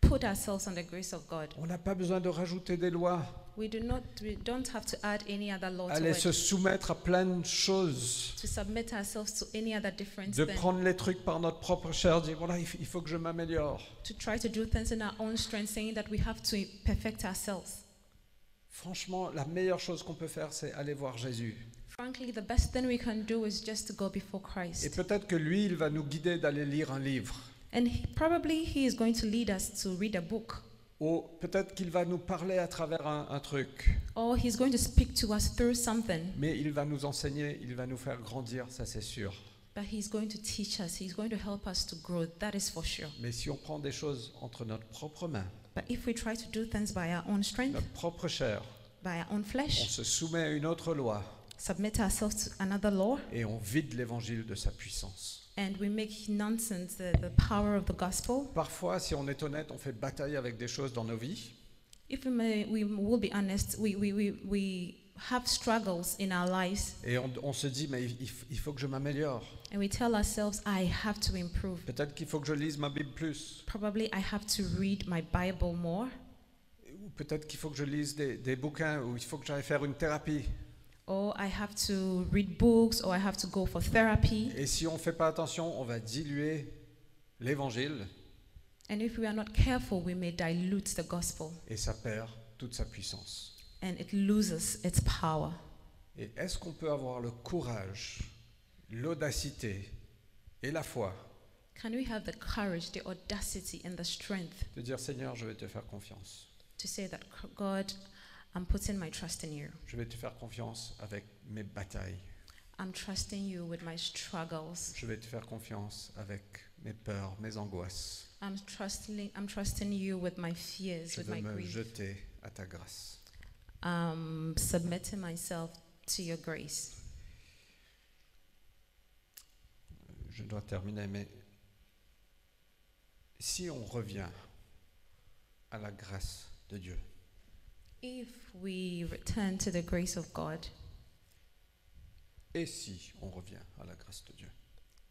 Speaker 1: put ourselves on the grace of God.
Speaker 3: On n'a pas besoin de rajouter des lois.
Speaker 1: We do not we don't have to add any other law to
Speaker 3: Aller
Speaker 1: it.
Speaker 3: se soumettre à plein de choses.
Speaker 1: To submit ourselves to any other different
Speaker 3: de
Speaker 1: thing.
Speaker 3: prendre les trucs par notre propre chair, dire voilà, il f- il faut que je m'améliore.
Speaker 1: To try to do things in our own strength, saying that we have to perfect ourselves.
Speaker 3: Franchement, la meilleure chose qu'on peut faire, c'est aller voir Jésus.
Speaker 1: Frankly, the best thing we can do is just to go before
Speaker 3: Et
Speaker 1: Christ.
Speaker 3: peut-être que lui, il va nous guider d'aller lire un livre.
Speaker 1: And he, probably He is going to lead us to read a book,
Speaker 3: Ou peut-être qu'il va nous parler à travers un, un truc.
Speaker 1: or He's going to speak to us through something.
Speaker 3: Mais il va nous enseigner, il va nous faire grandir, ça c'est sûr.
Speaker 1: But he's going to teach us, he's going to help us to grow, that is for sure.
Speaker 3: Mais si on prend des choses entre notre propre main,
Speaker 1: But if we try to do things by our own strength,
Speaker 3: notre propre chair,
Speaker 1: by our own
Speaker 3: on
Speaker 1: flesh,
Speaker 3: se soumet à une autre loi
Speaker 1: submit ourselves to another law,
Speaker 3: et on vide l'évangile de sa puissance.
Speaker 1: and we make nonsense the, the power of the gospel,
Speaker 3: Parfois, si on est honnête, on fait bataille avec des choses dans nos vies
Speaker 1: If we, may, we will be honest, we, we, we, we have struggles in our lives
Speaker 3: Et on, on se dit, mais il, il f- il faut que je m'améliore.
Speaker 1: and we tell ourselves, I have to improve.
Speaker 3: Peut-être qu'il faut que je lise ma Bible plus.
Speaker 1: Probably I have to read my Bible more,
Speaker 3: Ou peut-être qu'il faut que je lise des, des bouquins. Ou il faut que j'aille faire une thérapie.
Speaker 1: or I have to read books, or I have to go for therapy.
Speaker 3: Et si on ne fait pas attention, on va diluer l'évangile
Speaker 1: And if we are not careful, we may dilute the gospel
Speaker 3: et ça perd toute sa puissance.
Speaker 1: and it loses its power.
Speaker 3: Et est-ce qu'on peut avoir le courage, l'audacité et la foi
Speaker 1: Can we have the courage, the audacity, and the strength
Speaker 3: de dire Seigneur, je vais te faire confiance.
Speaker 1: to say that, God, I'm putting my trust in you?
Speaker 3: Je vais te faire confiance avec mes batailles.
Speaker 1: I'm trusting you with my struggles.
Speaker 3: Je vais te faire confiance avec mes peurs, mes angoisses.
Speaker 1: I'm trusting, I'm trusting you with my fears,
Speaker 3: Je
Speaker 1: with my
Speaker 3: vais me
Speaker 1: grief.
Speaker 3: jeter à ta grâce.
Speaker 1: I'm submitting myself to your grace.
Speaker 3: Je dois terminer, mais si on revient à la grâce de Dieu,
Speaker 1: If we return to the grace of God,
Speaker 3: et si on revient à la grâce de Dieu,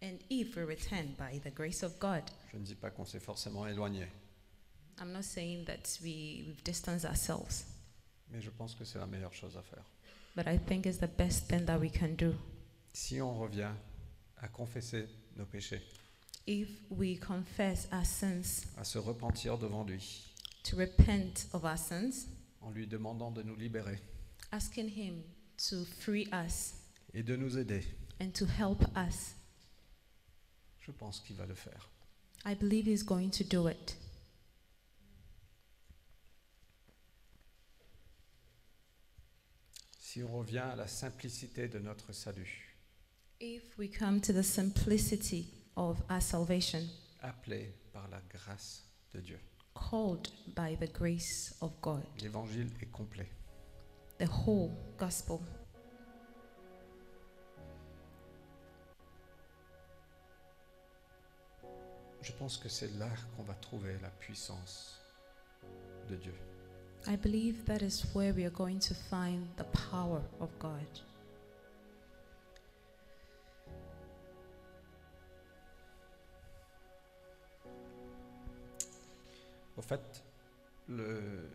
Speaker 1: and if we return by the grace of God,
Speaker 3: je ne dis pas qu'on s'est forcément éloigné,
Speaker 1: I'm not saying that we, we've distanced ourselves,
Speaker 3: mais je pense que c'est la meilleure chose à faire.
Speaker 1: but I think it's the best thing that we can do.
Speaker 3: Si on revient à confesser nos péchés,
Speaker 1: If we confess our sins,
Speaker 3: à se repentir devant lui,
Speaker 1: to repent of our sins,
Speaker 3: en lui demandant de nous libérer
Speaker 1: asking Him to free us
Speaker 3: et de nous aider,
Speaker 1: and to help us,
Speaker 3: je pense qu'il va le faire.
Speaker 1: I believe He's going to do it.
Speaker 3: Si on revient à la simplicité de notre salut,
Speaker 1: If we come to the simplicity of our salvation,
Speaker 3: appelé par la grâce de Dieu,
Speaker 1: called by the grace of God,
Speaker 3: l'évangile est complet.
Speaker 1: the whole gospel.
Speaker 3: Je pense que c'est là qu'on va trouver la puissance de Dieu.
Speaker 1: I believe that is where we are going to find the power of God.
Speaker 3: Au fait, le-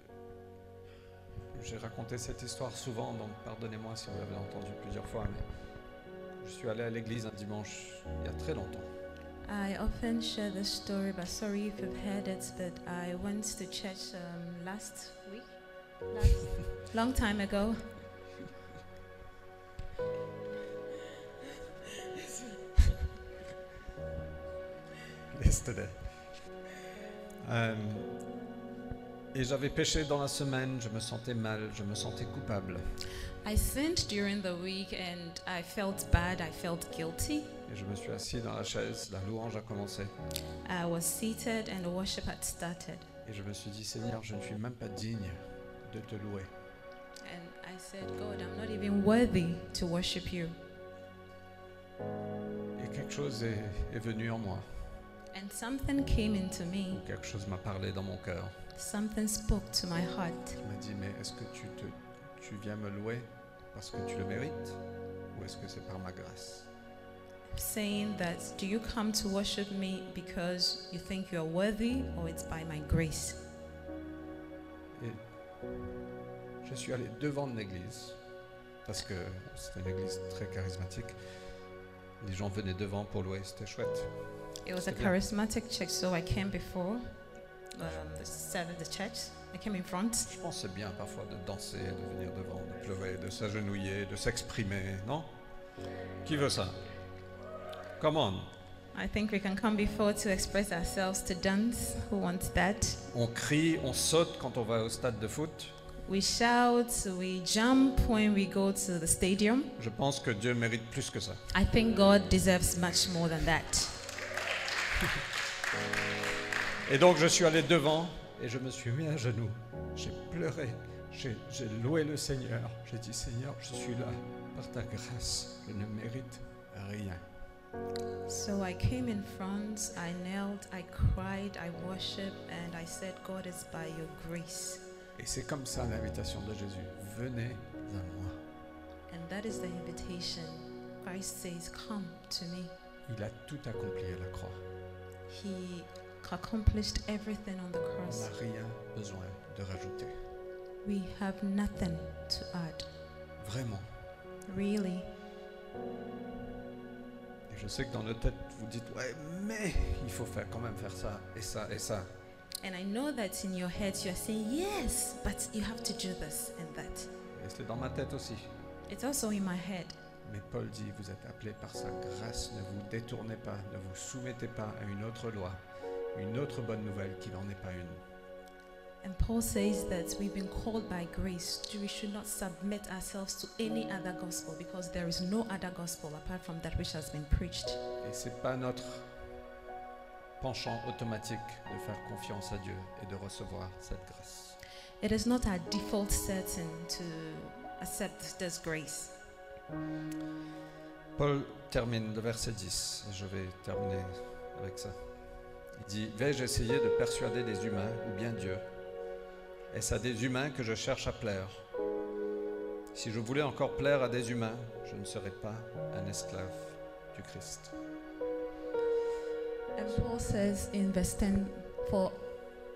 Speaker 3: j'ai raconté cette histoire souvent, donc pardonnez-moi si vous l'avez entendu plusieurs fois, mais je suis allé à l'église un dimanche il y a très longtemps.
Speaker 1: I often share this story, but sorry if you've heard it, but I went to church um, last week, last, long time ago.
Speaker 3: Yesterday. Euh, et j'avais péché dans la semaine, je me sentais mal, je me sentais coupable.
Speaker 1: I sinned during the week and I felt bad, I felt guilty.
Speaker 3: Et je me suis assis dans la chaise, la louange a commencé.
Speaker 1: I was seated and the worship had started.
Speaker 3: Et je me suis dit, Seigneur, je ne suis même pas digne de te louer.
Speaker 1: And I said, God, I'm not even worthy to worship you.
Speaker 3: Et quelque chose est, est venu en moi,
Speaker 1: And something came into me,
Speaker 3: quelque chose m'a parlé dans mon cœur.
Speaker 1: something spoke to my heart.
Speaker 3: Il m'a dit, mais est-ce que tu, te, tu viens me louer parce que tu le mérites ou est-ce que c'est par ma grâce
Speaker 1: saying that do you come to worship me because you think you are worthy or it's by my grace
Speaker 3: Et je suis allé devant de l'église parce que c'était une église très charismatique. Les gens venaient devant pour louer, c'était chouette.
Speaker 1: it was a
Speaker 3: Okay.
Speaker 1: charismatic church so i came before um, the served the church i came in front
Speaker 3: Je pense que c'est bien parfois de danser, de venir devant, de pleurer, de s'agenouiller, de s'exprimer, non Qui veut ça Come on
Speaker 1: i think we can come before to express ourselves to dance who wants that
Speaker 3: On crie, on saute quand on va au stade de foot.
Speaker 1: we shout we jump when we go to the stadium
Speaker 3: Je pense que Dieu mérite plus que ça.
Speaker 1: i think god deserves much more than that
Speaker 3: Et donc je suis allé devant et je me suis mis à genoux. J'ai pleuré, j'ai j'ai loué le Seigneur. J'ai dit Seigneur, je suis là par ta grâce. Je ne mérite rien.
Speaker 1: So I came in front, I knelt, I cried, I worshiped, and I said, God, it's by your grace.
Speaker 3: Et c'est comme ça l'invitation de Jésus. Venez à moi.
Speaker 1: And that is the invitation. Christ says, Come to me.
Speaker 3: Il a tout accompli à la croix.
Speaker 1: He accomplished everything on the
Speaker 3: On n'a
Speaker 1: cross.
Speaker 3: rien besoin de rajouter.
Speaker 1: We have nothing to add,
Speaker 3: Vraiment.
Speaker 1: really.
Speaker 3: Et je sais que dans nos têtes, vous dites, ouais, mais il faut faire quand même faire ça et ça et ça.
Speaker 1: And I know that in your heads you are saying, Yes, but you have to do this and that.
Speaker 3: Et c'est dans ma tête aussi.
Speaker 1: It's also in my head.
Speaker 3: Mais Paul dit, vous êtes appelés par sa grâce, ne vous détournez pas, ne vous soumettez pas à une autre loi, une autre bonne nouvelle qui n'en est pas une.
Speaker 1: And Paul says that we've been called by grace. We should not submit ourselves to any other gospel because there is no other gospel apart from that which has been preached.
Speaker 3: Et c'est pas notre penchant automatique de faire confiance à Dieu et de recevoir cette grâce.
Speaker 1: It is not our default setting to accept this grace.
Speaker 3: Paul termine le verset 10, et je vais terminer avec ça. Il dit, vais-je essayer de persuader des humains ou bien Dieu Est-ce à des humains que je cherche à plaire Si je voulais encore plaire à des humains, je ne serais pas un esclave du Christ.
Speaker 1: And Paul says in verse 10 For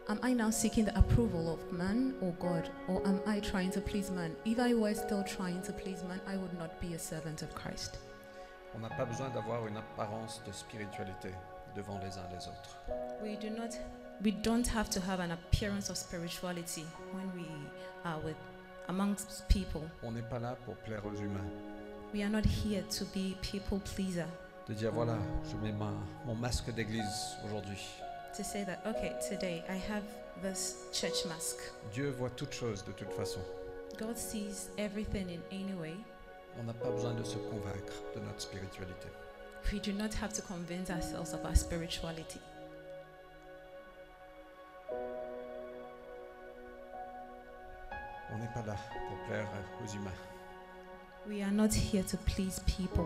Speaker 1: am I now seeking the approval of man or God, or am I trying to please man? If I were still trying to please man, I would not be a servant of Christ.
Speaker 3: On n'a pas besoin d'avoir une apparence de spiritualité devant les uns les autres.
Speaker 1: We do not we don't have to have an appearance of spirituality when we are with amongst people.
Speaker 3: On n'est pas là pour plaire aux humains,
Speaker 1: We are not here to be people pleaser.
Speaker 3: de dire voilà, je mets ma- mon masque d'église aujourd'hui.
Speaker 1: To say that okay, today I have this church mask.
Speaker 3: Dieu voit toutes choses de toute façon.
Speaker 1: God sees everything in any way.
Speaker 3: On n'a pas besoin de se convaincre de notre spiritualité.
Speaker 1: We do not have to convince ourselves of our spirituality.
Speaker 3: On n'est pas là pour plaire aux humains.
Speaker 1: We are not here to please people.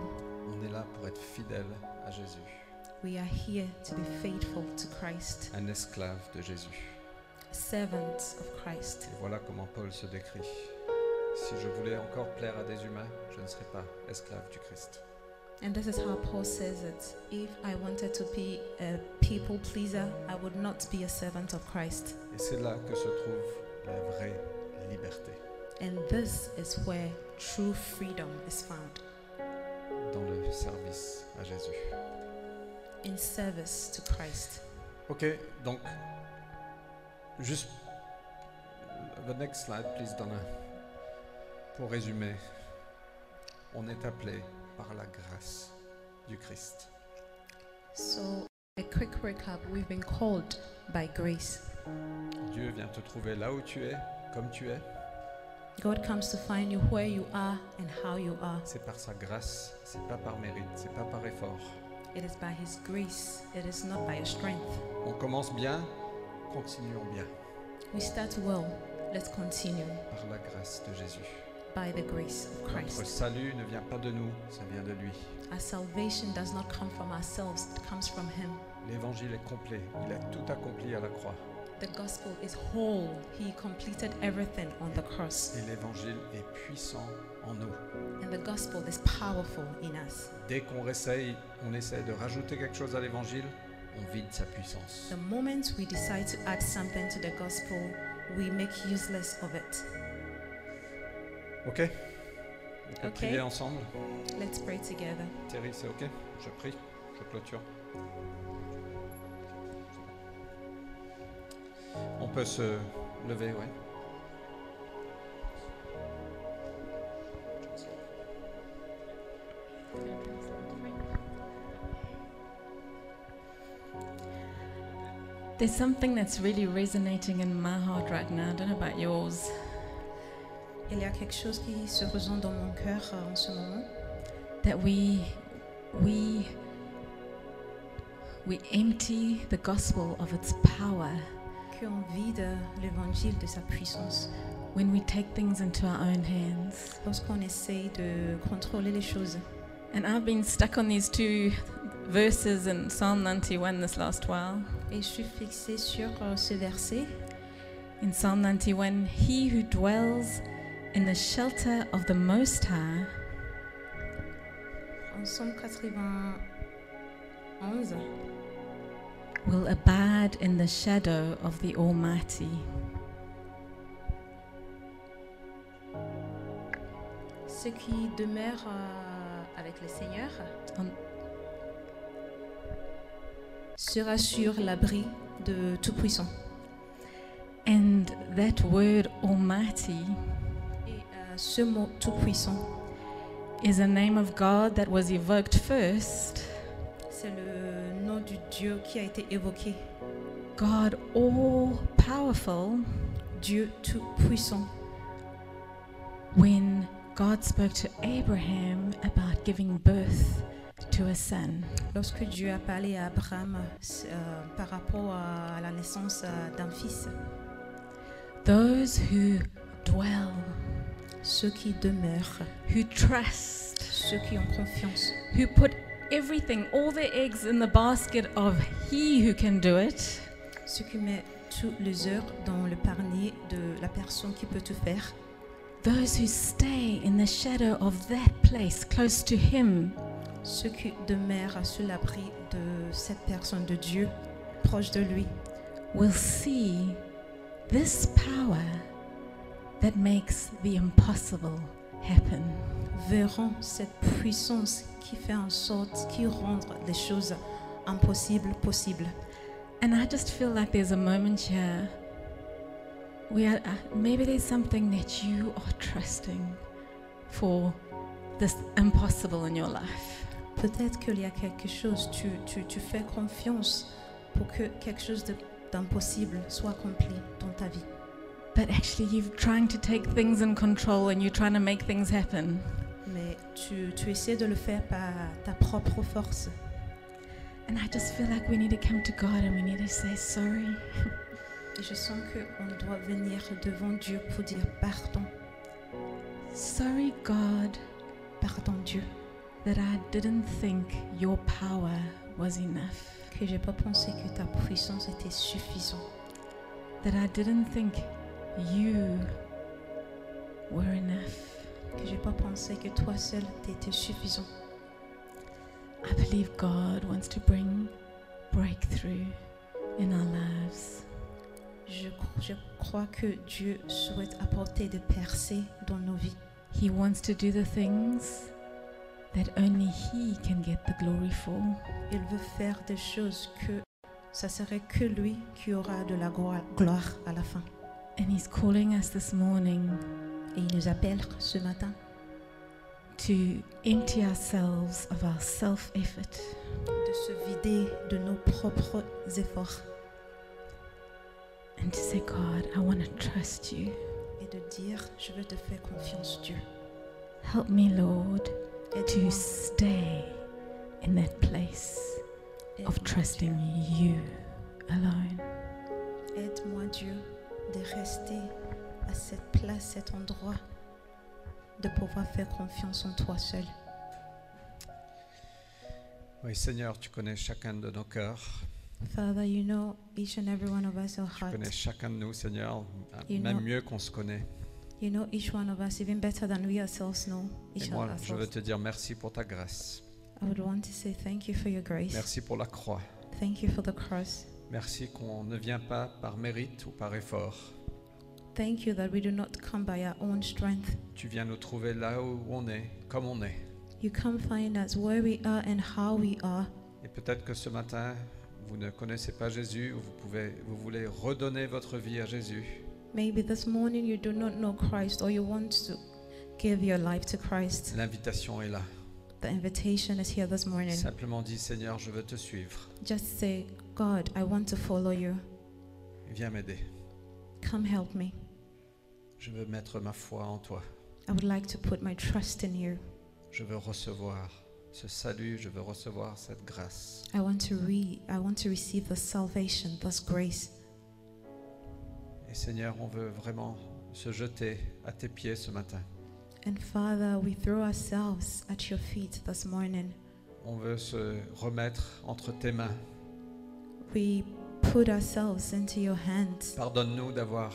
Speaker 3: On est là pour être fidèle à Jésus,
Speaker 1: We are here to be faithful to Christ,
Speaker 3: un esclave de Jésus.
Speaker 1: servants of Christ.
Speaker 3: Et voilà comment Paul se décrit. Si je voulais encore plaire à des humains, je ne serais pas esclave du Christ.
Speaker 1: And this is how Paul says it. If I wanted to be a people pleaser, I would not be a servant of Christ.
Speaker 3: Et c'est là que se trouve la vraie liberté,
Speaker 1: And this is where true freedom is found
Speaker 3: dans le service à Jésus.
Speaker 1: in service to Christ.
Speaker 3: Ok, donc, juste, the next slide, please, Donna. Pour résumer, on est appelé par la grâce du Christ.
Speaker 1: So, a quick recap we've been called by grace.
Speaker 3: Dieu vient te trouver là où tu es, comme tu es.
Speaker 1: God comes to find you where you are and how you are.
Speaker 3: C'est par sa grâce, c'est pas par mérite, c'est pas par effort.
Speaker 1: It is by His grace, it is not by your strength.
Speaker 3: On commence bien, continuons bien,
Speaker 1: We start well. Let's continue
Speaker 3: par la grâce de Jésus.
Speaker 1: by the grace of
Speaker 3: Notre
Speaker 1: Christ.
Speaker 3: salut ne vient pas de nous, ça vient de lui.
Speaker 1: Our salvation does not come from ourselves, it comes from Him.
Speaker 3: L'évangile est complet, il a tout accompli à la croix.
Speaker 1: The gospel is whole. He completed everything on the cross.
Speaker 3: Et l'évangile est puissant en nous.
Speaker 1: And the gospel is powerful in us.
Speaker 3: Dès qu'on essaye, on essaie de rajouter quelque chose à l'évangile, on vide sa puissance.
Speaker 1: The moment we decide to add something to the gospel, we make useless of it.
Speaker 3: Ok On peut
Speaker 1: Ok.
Speaker 3: prier ensemble.
Speaker 1: Let's pray together.
Speaker 3: Thierry, c'est ok Je prie, je clôture. On peut se lever, ouais.
Speaker 4: There's something that's really resonating in my heart right now. I don't know about yours.
Speaker 1: Il y a quelque chose qui se résonne dans mon cœur euh, en ce moment.
Speaker 4: That we we we empty the gospel of its power
Speaker 1: Qu'on vide l'évangile de sa puissance.
Speaker 4: when we take things into our own hands.
Speaker 1: Lorsqu'on essaye de contrôler les choses.
Speaker 4: And I've been stuck on these two verses in Psalm 91 this last while.
Speaker 1: Et je suis fixée sur euh, ce verset
Speaker 4: In Psalm 91, he who dwells in the shelter of the Most High
Speaker 1: En Somme 91,
Speaker 4: will abide in the shadow of the Almighty.
Speaker 1: ceux qui demeurent euh, avec le Seigneur
Speaker 4: Amen.
Speaker 1: sera sur l'abri de Tout-Puissant.
Speaker 4: And that word Almighty
Speaker 1: Et euh, ce mot Tout-Puissant,
Speaker 4: is a name of God that was evoked first.
Speaker 1: c'est le nom du Dieu qui a été évoqué.
Speaker 4: God all powerful,
Speaker 1: Dieu Tout-Puissant.
Speaker 4: when God spoke to Abraham about giving birth to a son.
Speaker 1: Lorsque Dieu a parlé à Abraham euh, par rapport à la naissance euh, d'un fils,
Speaker 4: Those who dwell,
Speaker 1: ceux qui demeurent,
Speaker 4: who trust,
Speaker 1: ceux qui ont confiance,
Speaker 4: who put everything, all their eggs in the basket of He who can do it,
Speaker 1: ceux qui mettent tous les heures dans le panier de la personne qui peut tout faire,
Speaker 4: those who stay in the shadow of that place close to Him,
Speaker 1: ceux qui demeurent sous l'abri de cette personne de Dieu, proche de lui,
Speaker 4: will see this power that makes the impossible happen.
Speaker 1: verront cette puissance qui fait en sorte, qui rend les choses impossibles possibles.
Speaker 4: And I just feel like there's a moment here where uh, maybe there's something that you are trusting for this impossible in your life.
Speaker 1: Peut-être qu'il y a quelque chose, tu, tu, tu fais confiance pour que quelque chose de- d'impossible soit accompli dans ta vie.
Speaker 4: But actually, you're trying to take things in control and you're trying to make things happen.
Speaker 1: Mais tu, tu essaies de le faire par ta propre force.
Speaker 4: And I just feel like we need to come to God and we need to say sorry.
Speaker 1: Et je sens qu'on doit venir devant Dieu pour dire pardon,
Speaker 4: Sorry, God,
Speaker 1: pardon Dieu,
Speaker 4: that I didn't think your power was enough,
Speaker 1: que j'ai pas pensé que ta puissance était suffisante,
Speaker 4: that I didn't think you were enough.
Speaker 1: que j'ai pas pensé que toi seul t'étais suffisant.
Speaker 4: I believe God wants to bring breakthrough in our lives.
Speaker 1: Je, cro- je crois que Dieu souhaite apporter des percées dans nos vies.
Speaker 4: He wants to do the things that only He can get the glory for.
Speaker 1: Il veut faire des choses que ça serait que lui qui aura de la glo- gloire à la fin.
Speaker 4: And He's calling us this morning
Speaker 1: Et il nous appelle ce matin
Speaker 4: to empty ourselves of our self effort
Speaker 1: de se vider de nos propres efforts
Speaker 4: and to say, God, I want to trust you.
Speaker 1: et de dire je veux te faire confiance Dieu.
Speaker 4: Help me, Lord, to
Speaker 1: Aide-moi,
Speaker 4: stay in that place of
Speaker 1: aide-moi,
Speaker 4: trusting you alone.
Speaker 1: Dieu. Aide-moi Dieu de rester à cette place, cet endroit, de pouvoir faire confiance en toi seul.
Speaker 3: Oui, Seigneur, tu connais chacun de nos cœurs.
Speaker 1: Father, you know each and every one of us our
Speaker 3: Tu connais
Speaker 1: hearts.
Speaker 3: chacun de nous, Seigneur,
Speaker 1: You
Speaker 3: même
Speaker 1: know-
Speaker 3: mieux qu'on se connaît.
Speaker 1: You know each one of us even better than we ourselves know
Speaker 3: Et
Speaker 1: each
Speaker 3: moi,
Speaker 1: other.
Speaker 3: je veux te dire merci pour ta grâce.
Speaker 1: I would want to say thank you for your grace.
Speaker 3: Merci pour la croix.
Speaker 1: Thank you for the cross.
Speaker 3: Merci qu'on ne vient pas par mérite ou par effort.
Speaker 1: Thank you that we do not come by our own strength.
Speaker 3: Tu viens nous trouver là où on est, comme on est.
Speaker 1: You come find us where we are and how we are.
Speaker 3: Et peut-être que ce matin, vous ne connaissez pas Jésus, ou vous, pouvez, vous voulez redonner votre vie à Jésus.
Speaker 1: Maybe this morning you do not know Christ or you want to give your life to Christ.
Speaker 3: L'invitation est là.
Speaker 1: The invitation is here this morning.
Speaker 3: Simplement dis, Seigneur, je veux te suivre.
Speaker 1: Just say, God, I want to follow you.
Speaker 3: Viens m'aider.
Speaker 1: Come help me.
Speaker 3: Je veux mettre ma foi en toi.
Speaker 1: I would like to put my trust in you.
Speaker 3: Je veux recevoir ce salut, je veux recevoir cette grâce.
Speaker 1: I want to re I want to receive the salvation, this grace.
Speaker 3: Et Seigneur, on veut vraiment se jeter à tes pieds ce matin.
Speaker 1: And Father, we throw ourselves at your feet this morning.
Speaker 3: On veut se remettre entre tes mains.
Speaker 1: We put ourselves into your hands.
Speaker 3: Pardonne-nous d'avoir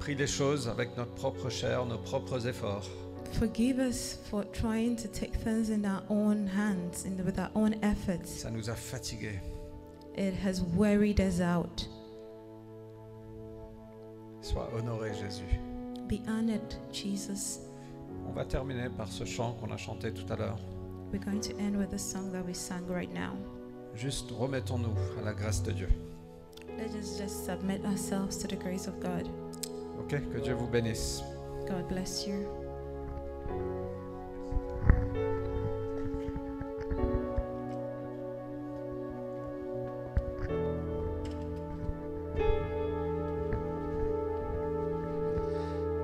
Speaker 3: pris les choses avec notre propre chair, nos propres efforts.
Speaker 1: Forgive us for trying to take things in our own hands and with our own efforts.
Speaker 3: Ça nous a fatigués.
Speaker 1: It has wearied us out.
Speaker 3: Sois honoré, Jésus.
Speaker 1: Be honored, Jesus.
Speaker 3: On va terminer par ce chant qu'on a chanté tout à l'heure.
Speaker 1: We're going to end with the song that we sang right now.
Speaker 3: Juste remettons-nous à la grâce de Dieu.
Speaker 1: Let us just submit ourselves to the grace of God.
Speaker 3: Ok Que Dieu vous bénisse.
Speaker 1: God bless you.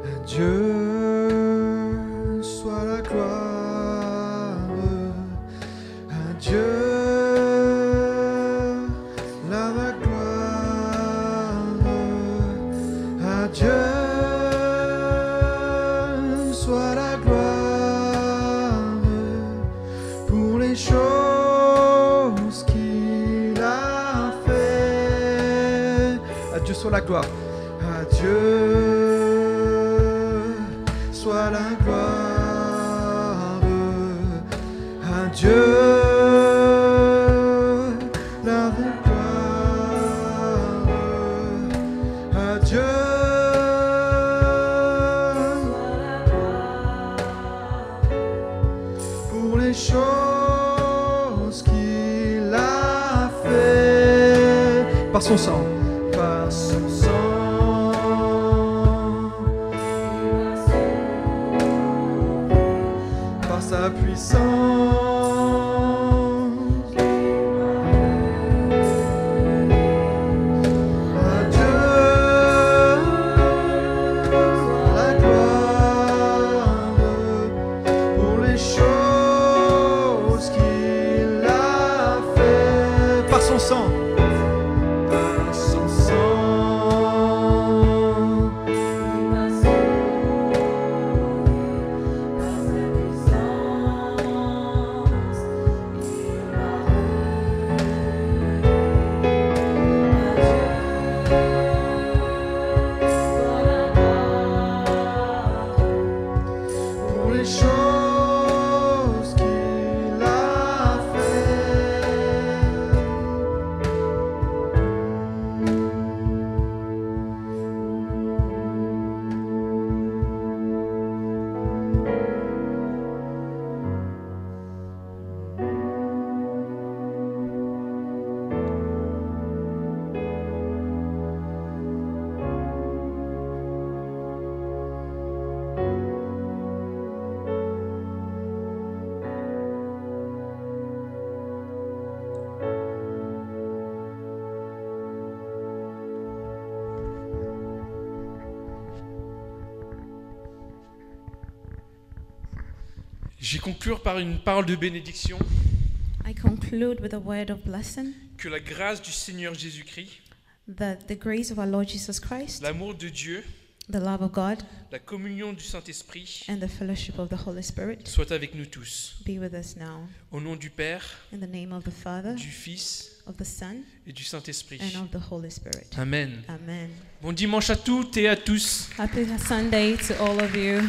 Speaker 5: À Dieu
Speaker 3: er
Speaker 5: soit la gloire, à Dieu la gloire, à Dieu soit la gloire pour les choses qu'il a fait. À Dieu soit la gloire. À Dieu soit la gloire. À Dieu la gloire. À Dieu pour les choses qu'il a fait par son sang. Par son sang, par sa puissance, à Dieu la gloire pour les choses qu'il a fait par son sang. Par son sang. pour les choses qu'il a fait.
Speaker 2: J'y conclure par une parole de bénédiction.
Speaker 1: I conclude with a word of blessing
Speaker 2: Que la grâce du Seigneur Jésus-Christ,
Speaker 1: that the grace of our Lord Jesus Christ,
Speaker 2: l'amour de Dieu,
Speaker 1: the love of God,
Speaker 2: la communion du Saint-Esprit
Speaker 1: and the fellowship of the Holy Spirit
Speaker 2: soient avec nous tous.
Speaker 1: be with us now.
Speaker 2: Au nom du Père,
Speaker 1: In the name of the Father,
Speaker 2: du Fils
Speaker 1: of the Son,
Speaker 2: et du Saint-Esprit.
Speaker 1: and of the Holy Spirit.
Speaker 2: Amen.
Speaker 1: Amen.
Speaker 2: Bon dimanche à toutes et à tous.
Speaker 1: Happy Sunday to all of you.